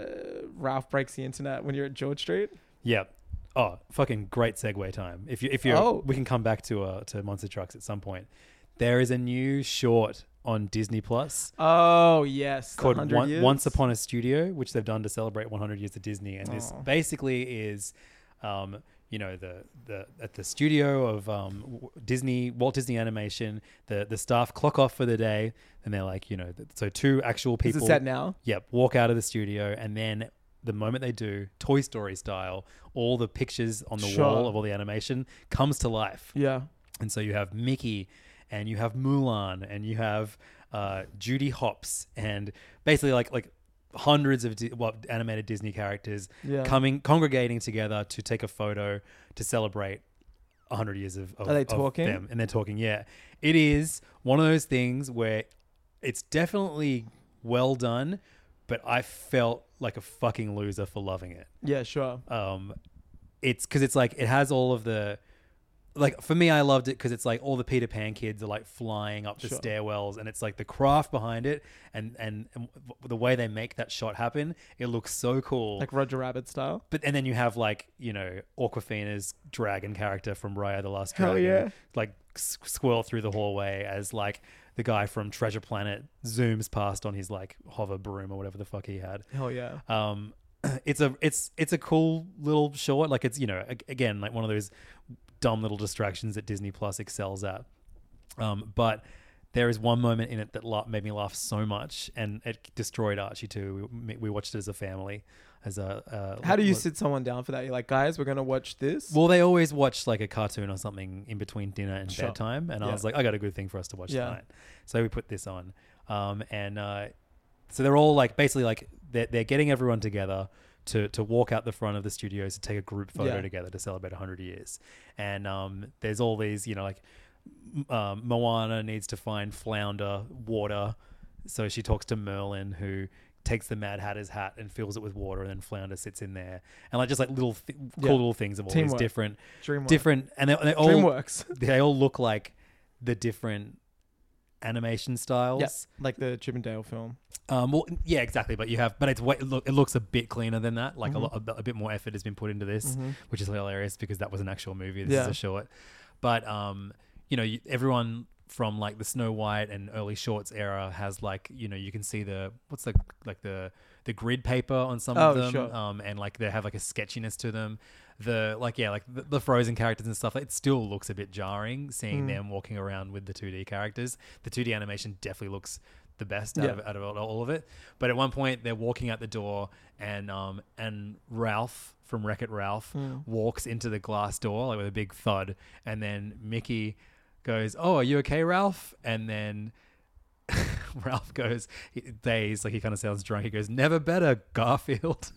[SPEAKER 4] Ralph breaks the internet when you're at George Street.
[SPEAKER 3] yeah. Oh, fucking great segue time. If you if you
[SPEAKER 4] Oh.
[SPEAKER 3] are we can come back to uh, to monster trucks at some point. There is a new short on Disney Plus
[SPEAKER 4] Oh yes, the
[SPEAKER 3] called
[SPEAKER 4] 100
[SPEAKER 3] One,
[SPEAKER 4] years.
[SPEAKER 3] Once Upon a Studio, which they've done to celebrate 100 years of Disney, and this
[SPEAKER 4] Aw.
[SPEAKER 3] basically is, um, you know, the the at the studio of um, W- Disney Walt Disney Animation, the the staff clock off for the day, and they're like, you know, th- so two actual
[SPEAKER 4] Is
[SPEAKER 3] people.
[SPEAKER 4] it set now?
[SPEAKER 3] Yep, walk out of the studio, and then the moment they do, Toy Story style, all the pictures on the
[SPEAKER 4] Sure.
[SPEAKER 3] wall of all the animation comes to life.
[SPEAKER 4] Yeah.
[SPEAKER 3] And so you have Mickey and you have Mulan and you have uh, Judy Hopps and basically like like hundreds of di- well, animated Disney characters
[SPEAKER 4] Yeah.
[SPEAKER 3] coming congregating together to take a photo to celebrate 100 years of, of
[SPEAKER 4] Are they
[SPEAKER 3] of
[SPEAKER 4] talking?
[SPEAKER 3] them and they're talking yeah it is one of those things where it's definitely well done but I felt like a fucking loser for loving it
[SPEAKER 4] Yeah, sure.
[SPEAKER 3] um it's because it's like it has all of the like for me i loved it because it's like all the peter pan kids are like flying up the
[SPEAKER 4] Sure.
[SPEAKER 3] stairwells and it's like the craft behind it and, and and w- the way they make that shot happen it looks so cool
[SPEAKER 4] Like Roger Rabbit style.
[SPEAKER 3] but and then you have like you know Aquafina's dragon character from Raya the Last
[SPEAKER 4] Hell
[SPEAKER 3] Dragon,
[SPEAKER 4] yeah.
[SPEAKER 3] like s- squirrel through the hallway as like the guy from Treasure Planet zooms past on his like hover broom or whatever the fuck he had.
[SPEAKER 4] Hell yeah.
[SPEAKER 3] Um, it's a it's it's a cool little short. Like it's you know ag- again like one of those dumb little distractions that Disney Plus excels at. Um, but there is one moment in it that la- made me laugh so much, and it destroyed Archie too. We, we watched it as a family. As a uh,
[SPEAKER 4] How do you
[SPEAKER 3] lo-
[SPEAKER 4] sit someone down for that? You're like, guys, we're gonna watch this.
[SPEAKER 3] well, they always watch like a cartoon or something in between dinner and
[SPEAKER 4] Sure.
[SPEAKER 3] bedtime, and I
[SPEAKER 4] Yeah.
[SPEAKER 3] was like, I got a good thing for us to watch
[SPEAKER 4] Yeah.
[SPEAKER 3] tonight, so we put this on. Um, and uh, so they're all like basically like they're, they're getting everyone together to to walk out the front of the studios to take a group photo
[SPEAKER 4] Yeah.
[SPEAKER 3] together to celebrate 100 years. And um, there's all these, you know, like m- um, Moana needs to find flounder water, so she talks to Merlin who. Takes the Mad Hatter's hat and fills it with water, and then Flounder sits in there, and like just like little th- cool
[SPEAKER 4] Yeah.
[SPEAKER 3] little things of all these
[SPEAKER 4] Teamwork.
[SPEAKER 3] different
[SPEAKER 4] Dreamworks.
[SPEAKER 3] different and they, they all
[SPEAKER 4] DreamWorks.
[SPEAKER 3] they all look like the different animation styles
[SPEAKER 4] Yeah, like the Chip and Dale film.
[SPEAKER 3] um well yeah exactly but you have but it's way, it, look, it looks a bit cleaner than that
[SPEAKER 4] Mm-hmm.
[SPEAKER 3] like a lot a, bit more effort has been put into this which is hilarious because that was an actual movie this
[SPEAKER 4] Yeah.
[SPEAKER 3] is a short but um you know you, everyone from like the Snow White and early shorts era has like you know you can see the what's the like the the grid paper on some of
[SPEAKER 4] Oh,
[SPEAKER 3] them
[SPEAKER 4] sure.
[SPEAKER 3] um and like they have like a sketchiness to them the like yeah like the, the frozen characters and stuff it still looks a bit jarring
[SPEAKER 4] Hmm.
[SPEAKER 3] seeing them walking around with the 2D characters the 2D animation definitely looks the best out,
[SPEAKER 4] Yeah.
[SPEAKER 3] of, out of all of it but at one point they're walking out the door and um and Ralph from Wreck It Ralph
[SPEAKER 4] Hmm.
[SPEAKER 3] walks into the glass door like with a big thud and then Mickey goes, "Oh, are you okay, Ralph?" And then Ralph goes, he, "Days," like he kind of sounds drunk. He goes, "Never better, Garfield."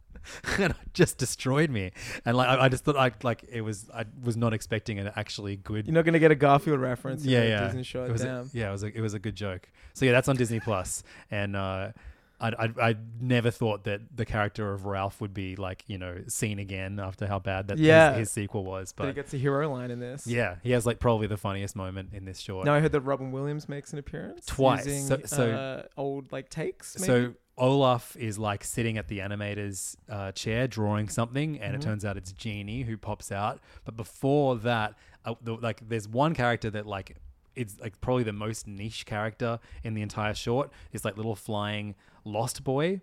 [SPEAKER 3] and it just destroyed me. And like I, I just thought, I like it was I was not expecting an actually good.
[SPEAKER 4] You're not gonna get a Garfield reference. in
[SPEAKER 3] yeah,
[SPEAKER 4] a
[SPEAKER 3] yeah.
[SPEAKER 4] Disney short.
[SPEAKER 3] it was
[SPEAKER 4] Damn.
[SPEAKER 3] A, yeah, it was a, it was a good joke. So yeah, that's on Disney Plus, and. uh I, I, I never thought that the character of Ralph would be like you know seen again after how bad that his-
[SPEAKER 4] Yeah.
[SPEAKER 3] his, sequel was,
[SPEAKER 4] but he
[SPEAKER 3] but
[SPEAKER 4] gets a hero line in this.
[SPEAKER 3] yeah, he has like probably the funniest moment in this short.
[SPEAKER 4] Now I heard that Robin Williams makes an appearance
[SPEAKER 3] Twice.
[SPEAKER 4] using
[SPEAKER 3] So- so-
[SPEAKER 4] uh, old like takes. Maybe?
[SPEAKER 3] So Olaf is like sitting at the animator's uh, chair drawing something, and it turns out it's Genie who pops out. But before that, uh, the, like there's one character that like it's like probably the most niche character in the entire short. It's like little flying lost boy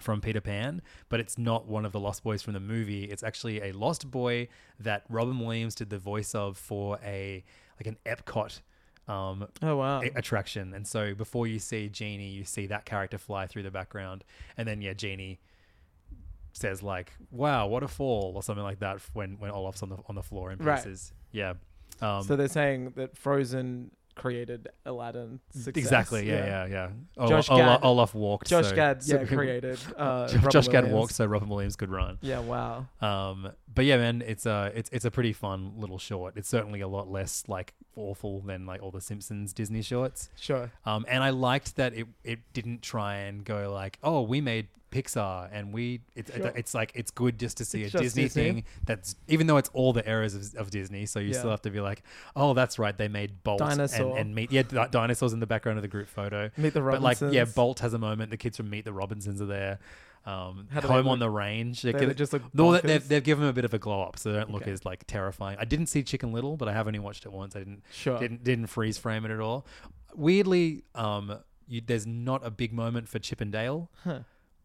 [SPEAKER 3] from Peter Pan, but it's not one of the Lost Boys from the movie. It's actually a Lost Boy that Robin Williams did the voice of for a like an Epcot um
[SPEAKER 4] Oh, wow.
[SPEAKER 3] a- attraction. And so before you see Genie, you see that character fly through the background and then yeah, Genie says like, "Wow, what a fall" or something like that f- when when Olaf's on the on the floor in
[SPEAKER 4] Right.
[SPEAKER 3] pieces. Yeah. Um
[SPEAKER 4] So they're saying that Frozen created Aladdin. Success.
[SPEAKER 3] Exactly. Yeah, yeah, yeah. Ola-
[SPEAKER 4] Josh
[SPEAKER 3] Ola-
[SPEAKER 4] Gad-
[SPEAKER 3] Olaf walked.
[SPEAKER 4] Josh
[SPEAKER 3] so-
[SPEAKER 4] Gad
[SPEAKER 3] so-
[SPEAKER 4] yeah, created. Uh,
[SPEAKER 3] Josh
[SPEAKER 4] Robin
[SPEAKER 3] Gad
[SPEAKER 4] Williams.
[SPEAKER 3] walked, so Robin Williams could run.
[SPEAKER 4] Yeah. Wow.
[SPEAKER 3] Um, but yeah, man, it's a it's it's a pretty fun little short. It's certainly a lot less like awful than like all the Simpsons Disney shorts.
[SPEAKER 4] Sure.
[SPEAKER 3] Um, and I liked that it it didn't try and go like, oh, we made Pixar and we it's
[SPEAKER 4] Sure.
[SPEAKER 3] it's like it's good just to see
[SPEAKER 4] It's
[SPEAKER 3] a
[SPEAKER 4] just
[SPEAKER 3] Disney,
[SPEAKER 4] Disney.
[SPEAKER 3] thing that's even though it's all the errors of, of Disney, so you
[SPEAKER 4] Yeah.
[SPEAKER 3] still have to be like, oh, that's right, they made Bolt
[SPEAKER 4] Dinosaur.
[SPEAKER 3] and, and meet yeah di- dinosaurs in the background of the group photo.
[SPEAKER 4] Meet the
[SPEAKER 3] But like yeah,
[SPEAKER 4] Robinsons.
[SPEAKER 3] Bolt has a moment. The kids from Meet the Robinsons are there. Um,
[SPEAKER 4] How do they
[SPEAKER 3] home on
[SPEAKER 4] look?
[SPEAKER 3] the range.
[SPEAKER 4] They- they just look
[SPEAKER 3] no, they- they've,
[SPEAKER 4] bonkers?
[SPEAKER 3] they've given them a bit of a glow up, so they don't look
[SPEAKER 4] Okay.
[SPEAKER 3] as like terrifying. I didn't see Chicken Little, but I have only watched it once. I didn't
[SPEAKER 4] Sure.
[SPEAKER 3] didn't didn't freeze frame it at all. Weirdly, um, you, there's not a big moment for Chip and Dale,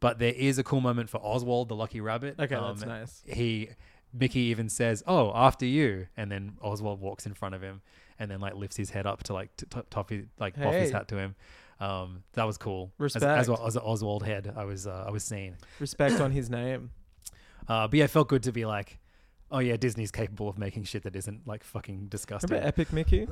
[SPEAKER 3] but there is a cool moment for Oswald the Lucky Rabbit.
[SPEAKER 4] Okay,
[SPEAKER 3] Um,
[SPEAKER 4] that's nice.
[SPEAKER 3] He Mickey even says, "Oh, after you," and then Oswald walks in front of him and then like lifts his head up to like t- t- top his, like boff his
[SPEAKER 4] Hey.
[SPEAKER 3] hat to him. Um, that was cool. As- As,
[SPEAKER 4] Respect.
[SPEAKER 3] well as an Oswald head, I was uh, I was seeing.
[SPEAKER 4] Respect on his name.
[SPEAKER 3] Uh, but yeah, it felt good to be like, oh yeah, Disney's capable of making shit that isn't like fucking disgusting.
[SPEAKER 4] Remember Epic Mickey?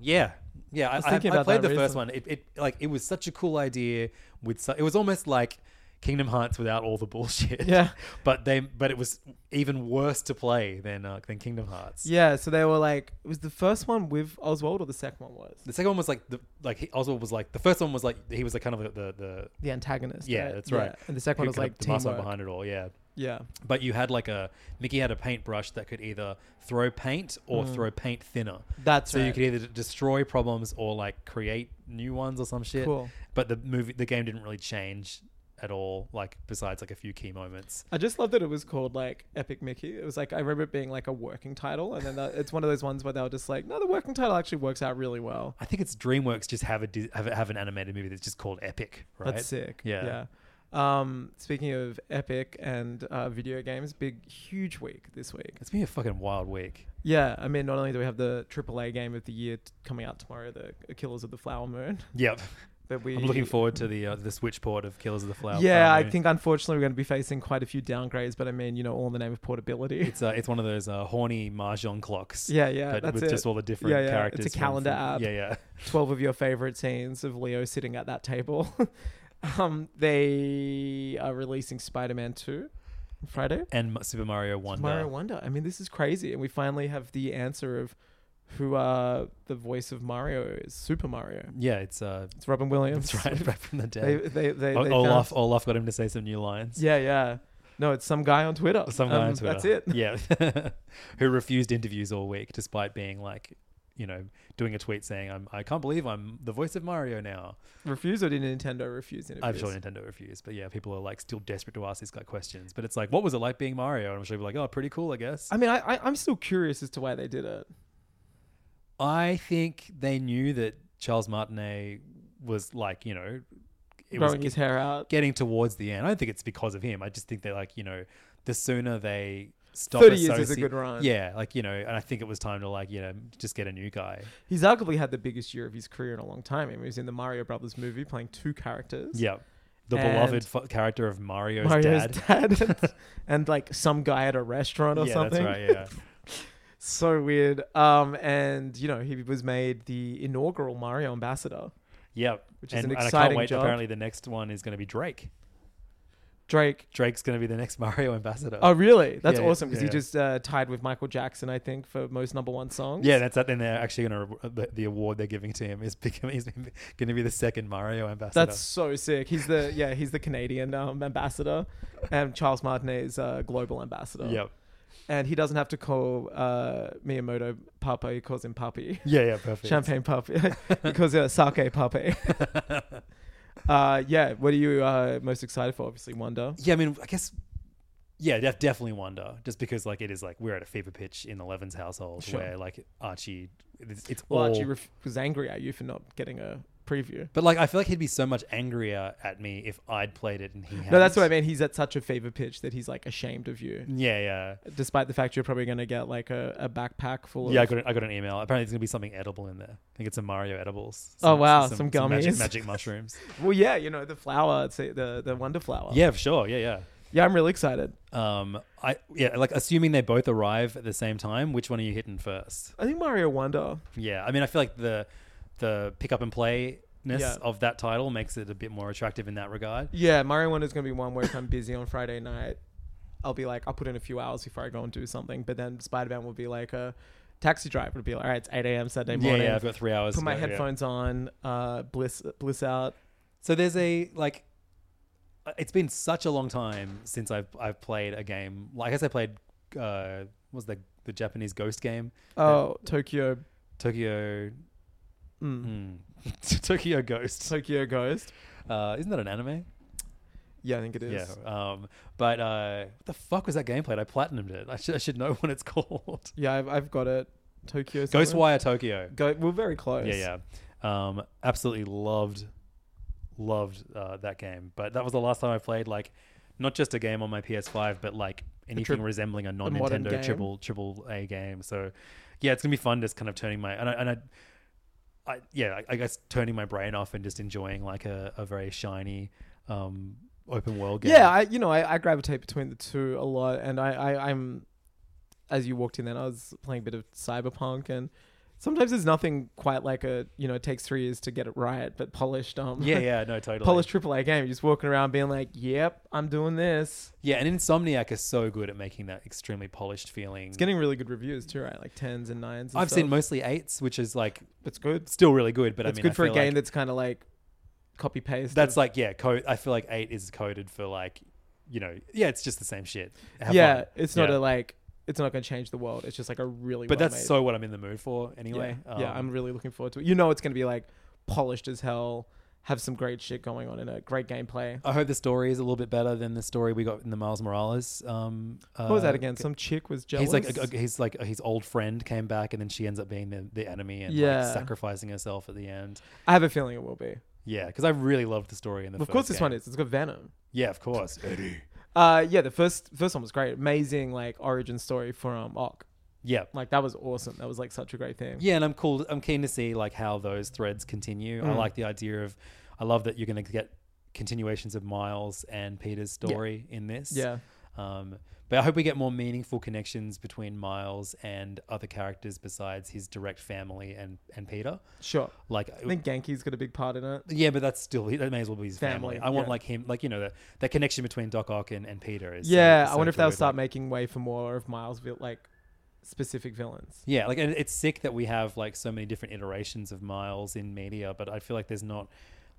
[SPEAKER 3] Yeah, yeah. I,
[SPEAKER 4] was
[SPEAKER 3] I,
[SPEAKER 4] thinking
[SPEAKER 3] I
[SPEAKER 4] about
[SPEAKER 3] played the
[SPEAKER 4] that
[SPEAKER 3] first one.
[SPEAKER 4] recently.
[SPEAKER 3] It, it like it was such a cool idea. With su- it was almost like Kingdom Hearts without all the bullshit.
[SPEAKER 4] Yeah.
[SPEAKER 3] but they but it was even worse to play than uh, than Kingdom Hearts.
[SPEAKER 4] Yeah. So they were like, was the first one with Oswald or the second one was
[SPEAKER 3] The second one was like the like he, Oswald was like the first one was like he was like kind of the the, the
[SPEAKER 4] the antagonist?
[SPEAKER 3] yeah
[SPEAKER 4] right?
[SPEAKER 3] that's right.
[SPEAKER 4] And the second one
[SPEAKER 3] Who
[SPEAKER 4] was
[SPEAKER 3] kind of-
[SPEAKER 4] like
[SPEAKER 3] the mastermind
[SPEAKER 4] teamwork.
[SPEAKER 3] behind it all. Yeah.
[SPEAKER 4] Yeah.
[SPEAKER 3] But you had like a Mickey had a paintbrush that could either throw paint or
[SPEAKER 4] Mm.
[SPEAKER 3] throw paint thinner.
[SPEAKER 4] That's
[SPEAKER 3] so you
[SPEAKER 4] right.
[SPEAKER 3] could either d- destroy problems or like create new ones or some shit.
[SPEAKER 4] Cool.
[SPEAKER 3] But the movie, the game didn't really change at all. Like besides like a few key moments.
[SPEAKER 4] I just love that it was called like Epic Mickey. It was like I remember it being like a working title, and then that, it's one of those ones where they were just like, no, the working title actually works out really well.
[SPEAKER 3] I think it's DreamWorks just have a di- have, have an animated movie that's just called Epic. Right.
[SPEAKER 4] That's sick.
[SPEAKER 3] Yeah.
[SPEAKER 4] Yeah. Um, speaking of Epic and uh, video games, big huge week this week.
[SPEAKER 3] It's been a fucking wild week.
[SPEAKER 4] Yeah, I mean, not only do we have the AAA game of the year t- coming out tomorrow, the Killers of the Flower Moon,
[SPEAKER 3] Yep.
[SPEAKER 4] but we
[SPEAKER 3] I'm looking forward to the uh, the switch port of Killers of the Flower.
[SPEAKER 4] Yeah,
[SPEAKER 3] Flower
[SPEAKER 4] I
[SPEAKER 3] Moon.
[SPEAKER 4] think unfortunately we're going to be facing quite a few downgrades, but I mean, you know, all in the name of portability.
[SPEAKER 3] It's, uh, it's one of those uh, horny mahjong clocks.
[SPEAKER 4] Yeah, yeah,
[SPEAKER 3] But
[SPEAKER 4] that's
[SPEAKER 3] with
[SPEAKER 4] it.
[SPEAKER 3] just all the different
[SPEAKER 4] Yeah, yeah, it's a
[SPEAKER 3] characters. from-
[SPEAKER 4] calendar
[SPEAKER 3] from-
[SPEAKER 4] app.
[SPEAKER 3] Yeah, yeah.
[SPEAKER 4] 12 of your favorite scenes of Leo sitting at that table. um, they are releasing Spider Man 2 on Friday.
[SPEAKER 3] and M- Super Mario Wonder.
[SPEAKER 4] Mario Wonder. I mean, this is crazy. And we finally have the answer of who uh, the voice of Mario is Super Mario.
[SPEAKER 3] Yeah, it's uh,
[SPEAKER 4] It's Robin Williams.
[SPEAKER 3] it's right, right from the
[SPEAKER 4] They,
[SPEAKER 3] dead.
[SPEAKER 4] they, they,
[SPEAKER 3] O-
[SPEAKER 4] they
[SPEAKER 3] Olaf,
[SPEAKER 4] found-
[SPEAKER 3] Olaf got him to say some new lines.
[SPEAKER 4] Yeah, yeah. No, it's some guy on Twitter.
[SPEAKER 3] some guy
[SPEAKER 4] Um,
[SPEAKER 3] on Twitter.
[SPEAKER 4] That's it.
[SPEAKER 3] Yeah, who refused interviews all week despite being like, you know, doing a tweet saying, "I'm, I can't believe I'm the voice of Mario now."
[SPEAKER 4] Refuse or did Nintendo refuse interviews?
[SPEAKER 3] I'm sure Nintendo refused, but yeah, people are like still desperate to ask these guy questions. But it's like, what was it like being Mario? And I'm sure people are like, "Oh, pretty cool, I guess."
[SPEAKER 4] I mean, I, I, I'm still curious as to why they did it.
[SPEAKER 3] I think they knew that Charles Martinet was like, you know, it
[SPEAKER 4] Growing his
[SPEAKER 3] get-
[SPEAKER 4] hair out.
[SPEAKER 3] getting towards the end. I don't think it's because of him. I just think they're like, you know, the sooner they stop
[SPEAKER 4] 30 years is a
[SPEAKER 3] associ-
[SPEAKER 4] good run.
[SPEAKER 3] Yeah, like, you know, and I think it was time to like, you know, just get a new guy.
[SPEAKER 4] He's arguably had the biggest year of his career in a long time. I mean, he was in the Mario Brothers movie playing two characters.
[SPEAKER 3] Yeah. The
[SPEAKER 4] And-
[SPEAKER 3] beloved f- character of Mario's,
[SPEAKER 4] Mario's
[SPEAKER 3] dad.
[SPEAKER 4] dad, and, and, like some guy at a restaurant or
[SPEAKER 3] yeah,
[SPEAKER 4] something.
[SPEAKER 3] that's right. Yeah.
[SPEAKER 4] So weird. Um, and you know he was made the inaugural Mario ambassador.
[SPEAKER 3] Yep.
[SPEAKER 4] Which is
[SPEAKER 3] and,
[SPEAKER 4] an
[SPEAKER 3] and I
[SPEAKER 4] exciting
[SPEAKER 3] can't wait.
[SPEAKER 4] job.
[SPEAKER 3] Apparently, the next one is going to be Drake.
[SPEAKER 4] Drake.
[SPEAKER 3] Drake's going to be the next Mario ambassador.
[SPEAKER 4] Oh, really? That's
[SPEAKER 3] Yeah, yeah,
[SPEAKER 4] awesome because
[SPEAKER 3] yeah.
[SPEAKER 4] he just uh, tied with Michael Jackson, I think, for most number one songs.
[SPEAKER 3] Yeah, that's that. Then they're actually going to the, the award they're giving to him is becoming he's going to be the second Mario ambassador.
[SPEAKER 4] That's so sick. He's the yeah, he's the Canadian um, ambassador, and Charles Martinet is uh, global ambassador.
[SPEAKER 3] yep.
[SPEAKER 4] And he doesn't have to call uh, Miyamoto Papa. He calls him Papi.
[SPEAKER 3] Yeah, yeah, perfect.
[SPEAKER 4] Champagne Puppy. because uh, sake puppy. uh, yeah. What are you uh, most excited for? Obviously, Wonder.
[SPEAKER 3] Yeah, I mean, I guess. Yeah, def- definitely Wonder, just because like it is like we're at a fever pitch in the Levin's household
[SPEAKER 4] Sure.
[SPEAKER 3] where like Archie, it's, it's
[SPEAKER 4] Well,
[SPEAKER 3] all.
[SPEAKER 4] Archie ref- was angry at you for not getting a preview.
[SPEAKER 3] but like, I feel like he'd be so much angrier at me if I'd played it and he. Hadn't.
[SPEAKER 4] No, that's what I mean. He's at such a fever pitch that he's like ashamed of you,
[SPEAKER 3] Yeah, yeah,
[SPEAKER 4] despite the fact you're probably going to get like a, a backpack full of.
[SPEAKER 3] yeah. I got, an- I got an email. Apparently, there's gonna be something edible in there. I think it's some Mario edibles.
[SPEAKER 4] Oh, wow, some
[SPEAKER 3] magic,
[SPEAKER 4] gummies.
[SPEAKER 3] magic mushrooms.
[SPEAKER 4] Well, yeah, you know the flower, it's the the, the wonder flower.
[SPEAKER 3] yeah, for sure. Yeah, yeah.
[SPEAKER 4] yeah, I'm really excited.
[SPEAKER 3] Um, I yeah, like assuming they both arrive at the same time. Which one are you hitting first?
[SPEAKER 4] I think Mario Wonder.
[SPEAKER 3] Yeah, I mean, I feel like the the pick up and playness
[SPEAKER 4] Yeah.
[SPEAKER 3] of that title makes it a bit more attractive in that regard.
[SPEAKER 4] Yeah, Mario Wonder is going to be one where if I'm busy on Friday night, I'll be like, I'll put in a few hours before I go and do something. But then Spider Man will be like a taxi driver. It'll be like, all right, it's 8 a.m. Saturday
[SPEAKER 3] Yeah,
[SPEAKER 4] morning.
[SPEAKER 3] yeah, I've got three hours.
[SPEAKER 4] put
[SPEAKER 3] to
[SPEAKER 4] my
[SPEAKER 3] go, yeah.
[SPEAKER 4] headphones on, uh, bliss bliss out.
[SPEAKER 3] So there's a like, uh, it's been such a long time since I've I've played a game. Like I guess I played uh, what was the the Japanese ghost game
[SPEAKER 4] Oh, Tokyo
[SPEAKER 3] Tokyo. Mm. Tokyo Ghost.
[SPEAKER 4] Tokyo Ghost.
[SPEAKER 3] Uh, isn't that an anime?
[SPEAKER 4] Yeah, I think it is.
[SPEAKER 3] Yeah. Um, but uh, what the fuck was that game played? I platinumed it. I should, I should know what it's called.
[SPEAKER 4] Yeah, I've, I've got it. Tokyo. somewhere.
[SPEAKER 3] Ghostwire Tokyo.
[SPEAKER 4] Go, we're very close.
[SPEAKER 3] Yeah, yeah. Um, absolutely loved, loved uh, that game. But that was the last time I played like not just a game on my PS5, but like anything
[SPEAKER 4] trip-
[SPEAKER 3] resembling a
[SPEAKER 4] modern
[SPEAKER 3] non-Nintendo
[SPEAKER 4] game.
[SPEAKER 3] triple triple A game. So yeah, it's gonna be fun just kind of turning my and I, and I. I, yeah, I, I guess turning my brain off and just enjoying like a, a very shiny um, open world game.
[SPEAKER 4] Yeah, I you know I, I gravitate between the two a lot, and I, I I'm as you walked in, then I was playing a bit of cyberpunk, and sometimes there's nothing quite like a you know it takes three years to get it right, but polished um
[SPEAKER 3] yeah, yeah, no, totally.
[SPEAKER 4] polished AAA game. You're just walking around being like, yep, I'm doing this.
[SPEAKER 3] Yeah, and Insomniac is so good at making that extremely polished feeling.
[SPEAKER 4] It's getting really good reviews too, right? Like tens and nines. And
[SPEAKER 3] I've
[SPEAKER 4] stuff.
[SPEAKER 3] seen mostly eights, which is like
[SPEAKER 4] It's good.
[SPEAKER 3] still really good, but I
[SPEAKER 4] it's
[SPEAKER 3] mean, I
[SPEAKER 4] good for a
[SPEAKER 3] feel
[SPEAKER 4] game
[SPEAKER 3] like
[SPEAKER 4] that's kind of like copy paste.
[SPEAKER 3] that's like yeah, code. I feel like eight is coded for like you know yeah, it's just the same shit. Have
[SPEAKER 4] yeah,
[SPEAKER 3] fun.
[SPEAKER 4] it's not
[SPEAKER 3] Yeah.
[SPEAKER 4] a like. It's not going to change the world. It's just like a really.
[SPEAKER 3] But
[SPEAKER 4] well
[SPEAKER 3] that's
[SPEAKER 4] made-
[SPEAKER 3] so what I'm in the mood for anyway.
[SPEAKER 4] Yeah, yeah,
[SPEAKER 3] Um,
[SPEAKER 4] I'm really looking forward to it. You know, it's going to be like polished as hell, have some great shit going on in it, great gameplay.
[SPEAKER 3] I hope the story is a little bit better than the story we got in the Miles Morales. Um,
[SPEAKER 4] What was
[SPEAKER 3] uh,
[SPEAKER 4] that again? Some chick was
[SPEAKER 3] He's
[SPEAKER 4] jealous.
[SPEAKER 3] like a- a- he's like his old friend came back, and then she ends up being the, the enemy and
[SPEAKER 4] Yeah.
[SPEAKER 3] like sacrificing herself at the end.
[SPEAKER 4] I have a feeling it will be.
[SPEAKER 3] Yeah, because I really loved the story in the.
[SPEAKER 4] Of
[SPEAKER 3] first
[SPEAKER 4] course, this
[SPEAKER 3] game.
[SPEAKER 4] one is. It's got Venom.
[SPEAKER 3] Yeah, of course.
[SPEAKER 4] Uh, yeah, the first first one was great. Amazing like origin story for um Ock.
[SPEAKER 3] yeah,
[SPEAKER 4] Like that was awesome. That was like such a great thing.
[SPEAKER 3] yeah, and I'm cool. I'm keen to see like how those threads continue.
[SPEAKER 4] Mm.
[SPEAKER 3] I like the idea of. I love that you're going to get continuations of Miles and Peter's story in this.
[SPEAKER 4] Yeah.
[SPEAKER 3] Um, but I hope we get more meaningful connections between Miles and other characters besides his direct family and and Peter.
[SPEAKER 4] Sure.
[SPEAKER 3] Like,
[SPEAKER 4] I think Genki's got a big part in it.
[SPEAKER 3] yeah, but that's still that may as well be his family.
[SPEAKER 4] Family,
[SPEAKER 3] I want
[SPEAKER 4] yeah.
[SPEAKER 3] like him, like you know, that that connection between Doc Ock and, and Peter is. um, so-
[SPEAKER 4] yeah, I
[SPEAKER 3] so
[SPEAKER 4] wonder if they'll
[SPEAKER 3] good.
[SPEAKER 4] start
[SPEAKER 3] Like,
[SPEAKER 4] making way for more of Miles vil- like specific villains.
[SPEAKER 3] Yeah, like and it's sick that we have like so many different iterations of Miles in media, but I feel like there's not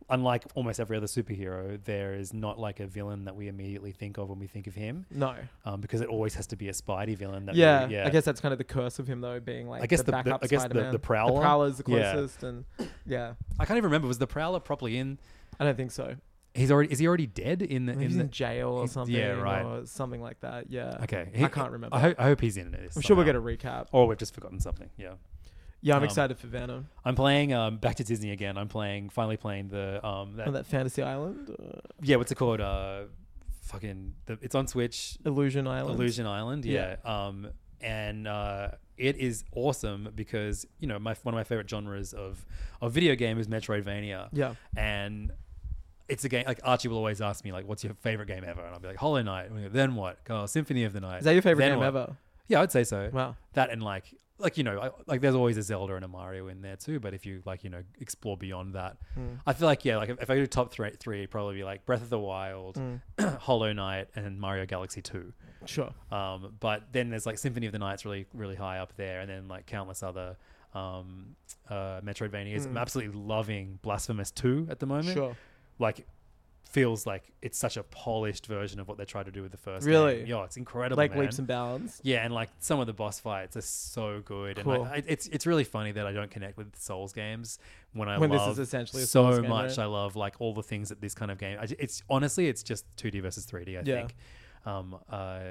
[SPEAKER 3] unlike almost every other superhero, there is not like a villain that we immediately think of when we think of him.
[SPEAKER 4] No.
[SPEAKER 3] Um, because it always has to be a Spidey villain that
[SPEAKER 4] Yeah,
[SPEAKER 3] really- yeah.
[SPEAKER 4] I guess that's kind of the curse of him though, being like
[SPEAKER 3] I guess the-
[SPEAKER 4] the,
[SPEAKER 3] the-
[SPEAKER 4] backup
[SPEAKER 3] I guess the-
[SPEAKER 4] Spider-Man.
[SPEAKER 3] the Prowler?
[SPEAKER 4] The Prowler's the
[SPEAKER 3] Yeah.
[SPEAKER 4] closest, and yeah,
[SPEAKER 3] I can't even remember, was the Prowler properly in
[SPEAKER 4] I don't think so.
[SPEAKER 3] he's already is he already dead in the
[SPEAKER 4] Maybe he's
[SPEAKER 3] in the
[SPEAKER 4] in jail or
[SPEAKER 3] he's-
[SPEAKER 4] something.
[SPEAKER 3] yeah, right.
[SPEAKER 4] Or something like that. Yeah.
[SPEAKER 3] Okay.
[SPEAKER 4] I can't remember.
[SPEAKER 3] I,
[SPEAKER 4] I
[SPEAKER 3] ho- I hope he's in it.
[SPEAKER 4] am sure we'll get a recap.
[SPEAKER 3] or we've just forgotten something. Yeah.
[SPEAKER 4] Yeah, I'm
[SPEAKER 3] Um,
[SPEAKER 4] excited for Venom.
[SPEAKER 3] I'm playing um, back to Disney again. I'm playing finally playing the um that,
[SPEAKER 4] on Oh, that Fantasy Island, uh,
[SPEAKER 3] yeah what's it called uh fucking the, it's on Switch
[SPEAKER 4] Illusion Island.
[SPEAKER 3] Illusion Island yeah, um and uh it is awesome because you know my one of my favorite genres of of video game is Metroidvania
[SPEAKER 4] Yeah.
[SPEAKER 3] and it's a game like Archie will always ask me like what's your favorite game ever and I'll be like Hollow Knight And he'll go, then what oh Symphony of the Night
[SPEAKER 4] Is that your favorite
[SPEAKER 3] Then
[SPEAKER 4] game
[SPEAKER 3] what?"
[SPEAKER 4] ever?
[SPEAKER 3] Yeah, I'd say so.
[SPEAKER 4] Wow.
[SPEAKER 3] That and like like you know I, like there's always a Zelda and a Mario in there too. But if you like you know explore beyond that,
[SPEAKER 4] Hmm.
[SPEAKER 3] I feel like yeah like if, if I do top three, three it'd probably be like Breath of the Wild,
[SPEAKER 4] Hmm.
[SPEAKER 3] Hollow Knight, and Mario Galaxy Two.
[SPEAKER 4] Sure.
[SPEAKER 3] Um, but then there's like Symphony of the Night's really really high up there, and then like countless other um, uh, Metroidvanias. I'm absolutely loving Blasphemous Two at the moment.
[SPEAKER 4] Mm. Sure.
[SPEAKER 3] Like feels like it's such a polished version of what they tried to do with the first.
[SPEAKER 4] Really?
[SPEAKER 3] game. yeah, it's incredible.
[SPEAKER 4] Like
[SPEAKER 3] man.
[SPEAKER 4] leaps and bounds.
[SPEAKER 3] Yeah, and like some of the boss fights are so good,
[SPEAKER 4] Cool.
[SPEAKER 3] and I, I, it's it's really funny that I don't connect with Souls games when I
[SPEAKER 4] When this
[SPEAKER 3] love
[SPEAKER 4] is essentially a
[SPEAKER 3] so
[SPEAKER 4] Souls game,
[SPEAKER 3] much.
[SPEAKER 4] right?
[SPEAKER 3] I love like all the things that this kind of game. I, j- it's honestly, it's just two D versus three D. I
[SPEAKER 4] Yeah.
[SPEAKER 3] think. Um, uh,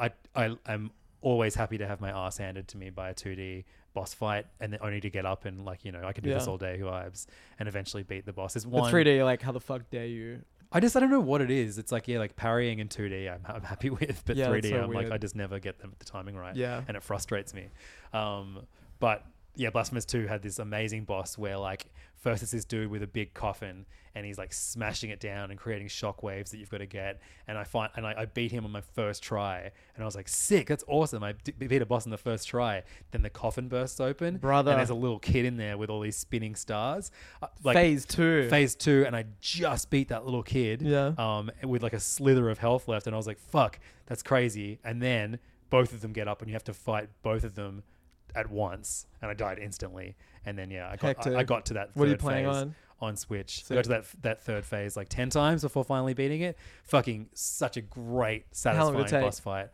[SPEAKER 3] I I am always happy to have my ass handed to me by a two D boss fight, and then only to get up and like you know I can do this
[SPEAKER 4] Yeah.
[SPEAKER 3] all day vibes, and eventually beat the boss. There's
[SPEAKER 4] The
[SPEAKER 3] one
[SPEAKER 4] 3D, like, how the fuck dare you?
[SPEAKER 3] I just I don't know what it is. It's like yeah, like parrying in 2D, I'm, I'm happy with, but
[SPEAKER 4] Yeah,
[SPEAKER 3] 3D,
[SPEAKER 4] that's so
[SPEAKER 3] I'm like
[SPEAKER 4] weird.
[SPEAKER 3] I just never get the, the timing right.
[SPEAKER 4] Yeah.
[SPEAKER 3] and it frustrates me. Um, but yeah, Blasphemous 2 had this amazing boss where like first it's this dude with a big coffin and he's like smashing it down and creating shock waves that you've got to get. And I find and I, I beat him on my first try, and I was like sick, that's awesome. I d- beat a boss on the first try. Then the coffin bursts open,
[SPEAKER 4] Brother.
[SPEAKER 3] and there's a little kid in there with all these spinning stars. Uh,
[SPEAKER 4] Phase two.
[SPEAKER 3] phase two, and I just beat that little kid.
[SPEAKER 4] Yeah.
[SPEAKER 3] Um, with like a slither of health left, and I was like, "Fuck, that's crazy." And then both of them get up, and you have to fight both of them at once, and I died instantly. And then yeah, I got
[SPEAKER 4] Hector.
[SPEAKER 3] I, I got to that. Third
[SPEAKER 4] What are you playing
[SPEAKER 3] phase
[SPEAKER 4] on?
[SPEAKER 3] On Switch, I got to that that third phase like ten times before finally beating it. Fucking such a great,
[SPEAKER 4] How long did
[SPEAKER 3] satisfying
[SPEAKER 4] it take?
[SPEAKER 3] boss fight.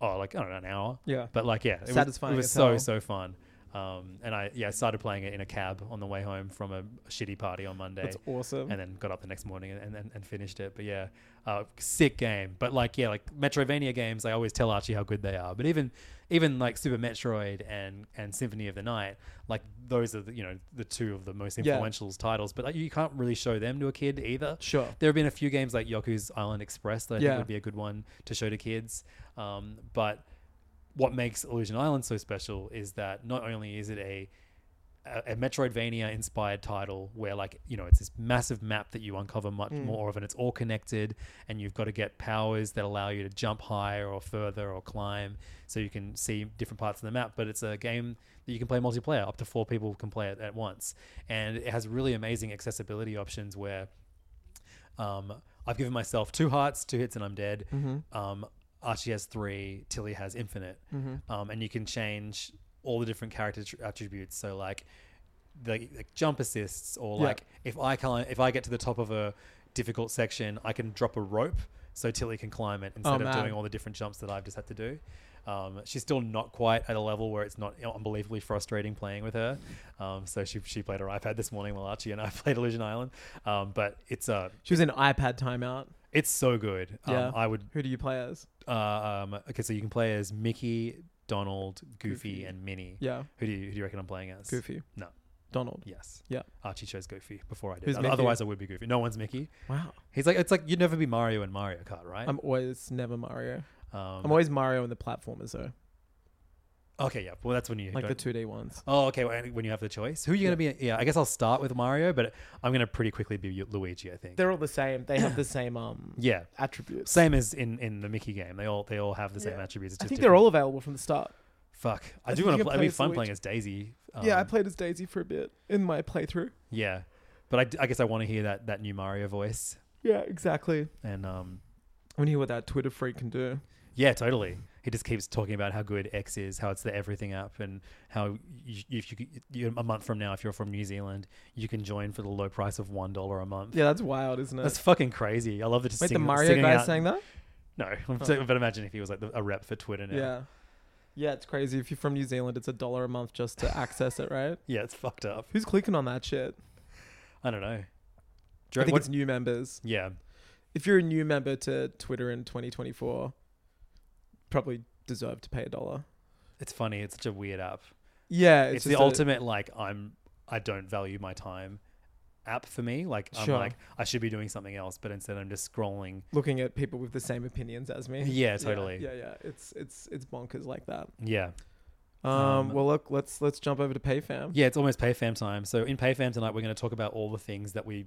[SPEAKER 3] Oh, like I don't know, an hour.
[SPEAKER 4] Yeah.
[SPEAKER 3] but like yeah, it was-
[SPEAKER 4] Satisfying
[SPEAKER 3] It was,
[SPEAKER 4] as
[SPEAKER 3] so
[SPEAKER 4] hell.
[SPEAKER 3] so fun. Um, and I yeah I started playing it in a cab on the way home from a shitty party on Monday.
[SPEAKER 4] That's awesome.
[SPEAKER 3] And then got up the next morning and, and, and finished it. But yeah, uh, sick game. But like yeah, like Metroidvania games, I always tell Archie how good they are. But even even like Super Metroid and and Symphony of the Night, like those are the, you know the two of the most
[SPEAKER 4] Yeah.
[SPEAKER 3] influential titles. But like, you can't really show them to a kid either.
[SPEAKER 4] Sure.
[SPEAKER 3] There have been a few games like Yoku's Island Express that I
[SPEAKER 4] Yeah.
[SPEAKER 3] think would be a good one to show to kids. Um, but what makes Illusion Island so special is that not only is it a a, a Metroidvania inspired title where like you know it's this massive map that you uncover much more of and it's all connected and you've got to get powers that allow you to jump higher or further or climb so you can see different parts of the map but it's a game that you can play multiplayer up to four people can play it at once and it has really amazing accessibility options where um, I've given myself two hearts, two hits, and I'm dead.
[SPEAKER 4] Mm-hmm.
[SPEAKER 3] Um, Archie has three, Tilly has infinite.
[SPEAKER 4] Mm-hmm.
[SPEAKER 3] Um, and you can change all the different character tr- attributes. So, like, the like jump assists, or
[SPEAKER 4] Yeah.
[SPEAKER 3] like, if I climb, if I get to the top of a difficult section, I can drop a rope so Tilly can climb it instead of
[SPEAKER 4] Oh, man.
[SPEAKER 3] doing all the different jumps that I've just had to do. Um, she's still not quite at a level where it's not you know, unbelievably frustrating playing with her. Um, so she, she played her iPad this morning while Archie and I played Illusion Island. Um, but it's a
[SPEAKER 4] She was in iPad timeout.
[SPEAKER 3] it's so good.
[SPEAKER 4] Yeah.
[SPEAKER 3] Um, I would.
[SPEAKER 4] Who do you play as?
[SPEAKER 3] Uh, um, okay, so you can play as Mickey, Donald, Goofy, and Minnie.
[SPEAKER 4] Yeah.
[SPEAKER 3] Who do you who do you reckon I'm playing as?
[SPEAKER 4] Goofy.
[SPEAKER 3] No.
[SPEAKER 4] Donald.
[SPEAKER 3] Yes.
[SPEAKER 4] Yeah.
[SPEAKER 3] Archie chose Goofy before I did.
[SPEAKER 4] Who's
[SPEAKER 3] Oth-
[SPEAKER 4] Mickey?
[SPEAKER 3] Otherwise, I would be Goofy. No one's Mickey.
[SPEAKER 4] Wow.
[SPEAKER 3] He's like it's like you'd never be Mario in Mario Kart, right?
[SPEAKER 4] I'm always never Mario.
[SPEAKER 3] um,
[SPEAKER 4] I'm always Mario in the platformers though,
[SPEAKER 3] okay. Yeah. Well, that's when you
[SPEAKER 4] like the
[SPEAKER 3] don't-
[SPEAKER 4] 2D ones.
[SPEAKER 3] Oh, okay. When when you have the choice, who are you gonna be? Yeah, I guess I'll start with Mario, but I'm gonna pretty quickly be Luigi. I think.
[SPEAKER 4] They're all the same. They have the same um
[SPEAKER 3] yeah.
[SPEAKER 4] attributes.
[SPEAKER 3] Same as in, in the Mickey game. They all they all have the same
[SPEAKER 4] Yeah.
[SPEAKER 3] attributes. it's
[SPEAKER 4] I
[SPEAKER 3] just
[SPEAKER 4] think
[SPEAKER 3] different-
[SPEAKER 4] they're all available from the start.
[SPEAKER 3] Fuck, I,
[SPEAKER 4] I
[SPEAKER 3] do
[SPEAKER 4] think
[SPEAKER 3] want
[SPEAKER 4] you
[SPEAKER 3] to
[SPEAKER 4] can
[SPEAKER 3] play.
[SPEAKER 4] play
[SPEAKER 3] It'd be
[SPEAKER 4] as
[SPEAKER 3] fun
[SPEAKER 4] Luigi.
[SPEAKER 3] playing as Daisy.
[SPEAKER 4] yeah, I
[SPEAKER 3] um,
[SPEAKER 4] played as Daisy for a bit in my playthrough.
[SPEAKER 3] Yeah, but I d- I, guess I want to hear that that new Mario voice
[SPEAKER 4] Yeah, exactly.
[SPEAKER 3] and um
[SPEAKER 4] I want to hear what that Twitter freak can do.
[SPEAKER 3] yeah, totally. He just keeps talking about how good X is, how it's the everything app, and how you, if you, could- you a month from now, if you're from New Zealand, you can join for the low price of one dollar a month.
[SPEAKER 4] Yeah, that's wild, isn't it?
[SPEAKER 3] That's fucking crazy. I love that. Just
[SPEAKER 4] Wait, the
[SPEAKER 3] sing-
[SPEAKER 4] Mario
[SPEAKER 3] singing
[SPEAKER 4] guy
[SPEAKER 3] out-
[SPEAKER 4] saying that?
[SPEAKER 3] No, I'm but imagine if he was like the, a rep for Twitter now.
[SPEAKER 4] Yeah. yeah. it's crazy. If you're from New Zealand, it's a dollar a month just to access it, right?
[SPEAKER 3] yeah, it's fucked up.
[SPEAKER 4] Who's clicking on that shit?
[SPEAKER 3] I don't know. Do
[SPEAKER 4] I
[SPEAKER 3] you-
[SPEAKER 4] think
[SPEAKER 3] what-
[SPEAKER 4] it's new members.
[SPEAKER 3] yeah,
[SPEAKER 4] If you're a new member to Twitter in 2024, probably deserve to pay a dollar.
[SPEAKER 3] it's funny. It's such a weird app.
[SPEAKER 4] Yeah,
[SPEAKER 3] it's,
[SPEAKER 4] it's
[SPEAKER 3] the
[SPEAKER 4] just a-
[SPEAKER 3] ultimate like I'm I don't value my time app for me. Like
[SPEAKER 4] Sure.
[SPEAKER 3] I'm like I should be doing something else, but instead I'm just scrolling.
[SPEAKER 4] Looking at people with the same opinions as me.
[SPEAKER 3] Yeah, totally.
[SPEAKER 4] Yeah, yeah. It's it's it's bonkers like that.
[SPEAKER 3] Yeah,
[SPEAKER 4] Um, well look, let's let's jump over to PayFam.
[SPEAKER 3] yeah. It's almost PayFam time. So in PayFam tonight, we're going to talk about all the things that we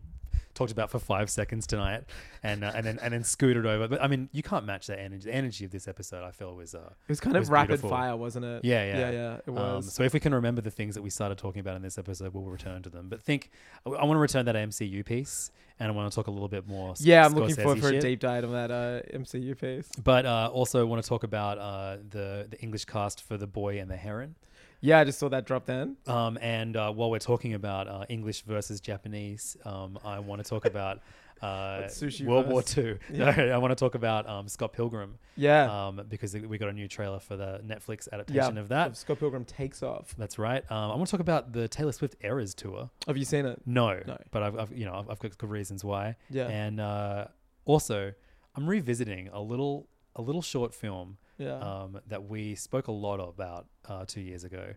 [SPEAKER 3] talked about for five seconds tonight, and uh, and then and then scoot it over. But I mean, you can't match that energy. The energy of this episode, I feel, was uh,
[SPEAKER 4] It was kind of rapid
[SPEAKER 3] beautiful.
[SPEAKER 4] fire, wasn't it?
[SPEAKER 3] Yeah, yeah,
[SPEAKER 4] Yeah, yeah. It was.
[SPEAKER 3] so if we can remember the things that we started talking about in this episode, we'll return to them. But think, I want to return that MCU piece, and I want to talk a little bit more. S-
[SPEAKER 4] yeah, I'm looking
[SPEAKER 3] Scorsese
[SPEAKER 4] forward for a
[SPEAKER 3] shit.
[SPEAKER 4] deep dive on that uh, MCU piece.
[SPEAKER 3] But uh, also want to talk about uh, the the English cast for The Boy and the Heron.
[SPEAKER 4] Yeah, I just saw that drop down.
[SPEAKER 3] Um, and uh, while we're talking about uh, English versus Japanese, um, I want to talk about uh,
[SPEAKER 4] sushi
[SPEAKER 3] World War
[SPEAKER 4] verse.
[SPEAKER 3] Two. No, I want to talk about um, Scott Pilgrim.
[SPEAKER 4] Yeah.
[SPEAKER 3] Um, because we got a new trailer for the Netflix adaptation of that.
[SPEAKER 4] Scott Pilgrim takes off.
[SPEAKER 3] That's right. Um, I want to talk about the Taylor Swift Eras tour.
[SPEAKER 4] Have you seen it?
[SPEAKER 3] No,
[SPEAKER 4] No.
[SPEAKER 3] But I've, I've you know I've, I've got good reasons why.
[SPEAKER 4] Yeah.
[SPEAKER 3] And uh, also, I'm revisiting a little a little short film
[SPEAKER 4] Yeah.
[SPEAKER 3] um, that we spoke a lot about uh, two years ago.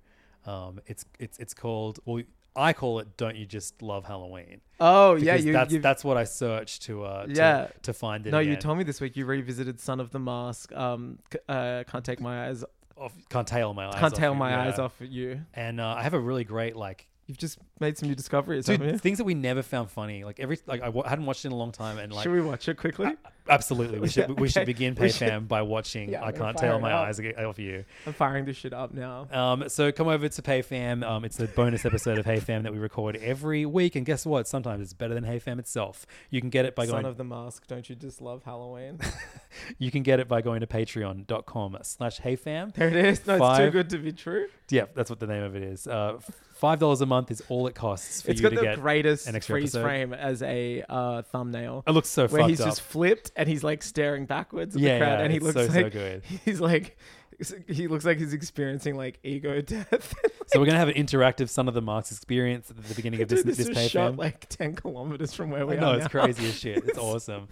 [SPEAKER 3] Um, it's it's it's called well I call it Don't You Just Love Halloween.
[SPEAKER 4] Oh yeah,
[SPEAKER 3] Because
[SPEAKER 4] you.
[SPEAKER 3] that's
[SPEAKER 4] you've-
[SPEAKER 3] that's what I searched to uh to,
[SPEAKER 4] Yeah.
[SPEAKER 3] to find it.
[SPEAKER 4] no, you
[SPEAKER 3] again.
[SPEAKER 4] told me this week you revisited Son of the Mask. Um, c- uh, can't take my eyes.
[SPEAKER 3] Off- can't tail my eyes.
[SPEAKER 4] Can't
[SPEAKER 3] off
[SPEAKER 4] tail
[SPEAKER 3] you,
[SPEAKER 4] my
[SPEAKER 3] yeah.
[SPEAKER 4] eyes off you.
[SPEAKER 3] And uh, I have a really great like
[SPEAKER 4] You've just made some new discoveries,
[SPEAKER 3] dude,
[SPEAKER 4] haven't you?
[SPEAKER 3] things that we never found funny. Like every like I w- hadn't watched it in a long time, and like
[SPEAKER 4] Should we watch it quickly?
[SPEAKER 3] Absolutely, we should
[SPEAKER 4] Yeah,
[SPEAKER 3] we should
[SPEAKER 4] okay.
[SPEAKER 3] begin
[SPEAKER 4] We should-
[SPEAKER 3] PayFam by watching.
[SPEAKER 4] Yeah,
[SPEAKER 3] I
[SPEAKER 4] we're
[SPEAKER 3] can't
[SPEAKER 4] firing
[SPEAKER 3] tell my
[SPEAKER 4] up.
[SPEAKER 3] eyes ag- off you.
[SPEAKER 4] I'm firing this shit up now.
[SPEAKER 3] Um, so come over to PayFam. Um, it's the bonus episode of PayFam that we record every week, and guess what? Sometimes it's better than PayFam itself. You can get it by
[SPEAKER 4] Son
[SPEAKER 3] going.
[SPEAKER 4] of the Mask. Don't you just love Halloween?
[SPEAKER 3] you can get it by going to Patreon.com/slash HeyFam.
[SPEAKER 4] there it is. No, it's too
[SPEAKER 3] Five-
[SPEAKER 4] good to be true.
[SPEAKER 3] Yeah, that's what the name of it is. Uh, f- Five dollars a month is all it costs for
[SPEAKER 4] it's
[SPEAKER 3] you
[SPEAKER 4] got
[SPEAKER 3] to
[SPEAKER 4] the
[SPEAKER 3] get
[SPEAKER 4] greatest
[SPEAKER 3] an extra
[SPEAKER 4] freeze
[SPEAKER 3] episode.
[SPEAKER 4] frame as a uh, thumbnail.
[SPEAKER 3] It looks so
[SPEAKER 4] where
[SPEAKER 3] fucked
[SPEAKER 4] he's
[SPEAKER 3] up.
[SPEAKER 4] just flipped and he's like staring backwards at
[SPEAKER 3] Yeah,
[SPEAKER 4] the crowd
[SPEAKER 3] yeah,
[SPEAKER 4] and he
[SPEAKER 3] it's
[SPEAKER 4] looks
[SPEAKER 3] so, so
[SPEAKER 4] like
[SPEAKER 3] good.
[SPEAKER 4] he's like he looks like he's experiencing like ego death.
[SPEAKER 3] so we're gonna have an interactive Son of the Marks experience at the beginning of this
[SPEAKER 4] Dude,
[SPEAKER 3] this,
[SPEAKER 4] this was
[SPEAKER 3] PayFam.
[SPEAKER 4] shot like ten kilometers from where we
[SPEAKER 3] I know
[SPEAKER 4] are.
[SPEAKER 3] it's
[SPEAKER 4] now.
[SPEAKER 3] crazy as shit. It's awesome.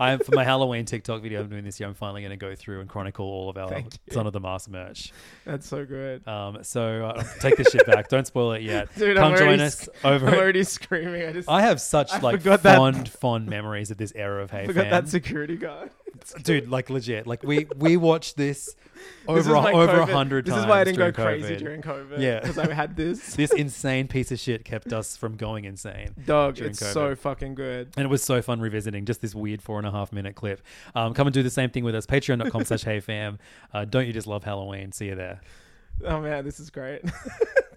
[SPEAKER 3] I'm for my Halloween TikTok video I'm doing this year. I'm finally going to go through and chronicle all of our
[SPEAKER 4] Thank you.
[SPEAKER 3] Son of the Mask merch.
[SPEAKER 4] That's so good,
[SPEAKER 3] Um, so uh, take this shit back. Don't spoil it yet.
[SPEAKER 4] dude.
[SPEAKER 3] Come
[SPEAKER 4] I'm already,
[SPEAKER 3] join us
[SPEAKER 4] sc-
[SPEAKER 3] over.
[SPEAKER 4] I'm
[SPEAKER 3] at-
[SPEAKER 4] already screaming. I just
[SPEAKER 3] I have such
[SPEAKER 4] I
[SPEAKER 3] like
[SPEAKER 4] forgot that-
[SPEAKER 3] fond, fond memories of this era of Hey
[SPEAKER 4] forgot
[SPEAKER 3] Fam.
[SPEAKER 4] that security guard.
[SPEAKER 3] dude. Like legit. Like we we watched this
[SPEAKER 4] This
[SPEAKER 3] over
[SPEAKER 4] is my
[SPEAKER 3] a, over a
[SPEAKER 4] COVID.
[SPEAKER 3] hundred
[SPEAKER 4] This
[SPEAKER 3] times.
[SPEAKER 4] is why I didn't go
[SPEAKER 3] during
[SPEAKER 4] crazy
[SPEAKER 3] COVID.
[SPEAKER 4] during COVID.
[SPEAKER 3] Yeah.
[SPEAKER 4] because I had this
[SPEAKER 3] This insane piece of shit kept us from going insane.
[SPEAKER 4] dog.
[SPEAKER 3] during
[SPEAKER 4] It's
[SPEAKER 3] COVID.
[SPEAKER 4] so fucking good.
[SPEAKER 3] And it was so fun revisiting just this weird four and a half minute clip. Um, come and do the same thing with us. Patreon.com slash HeyFam. Uh, don't you just love Halloween? See you there.
[SPEAKER 4] Oh man, this is great.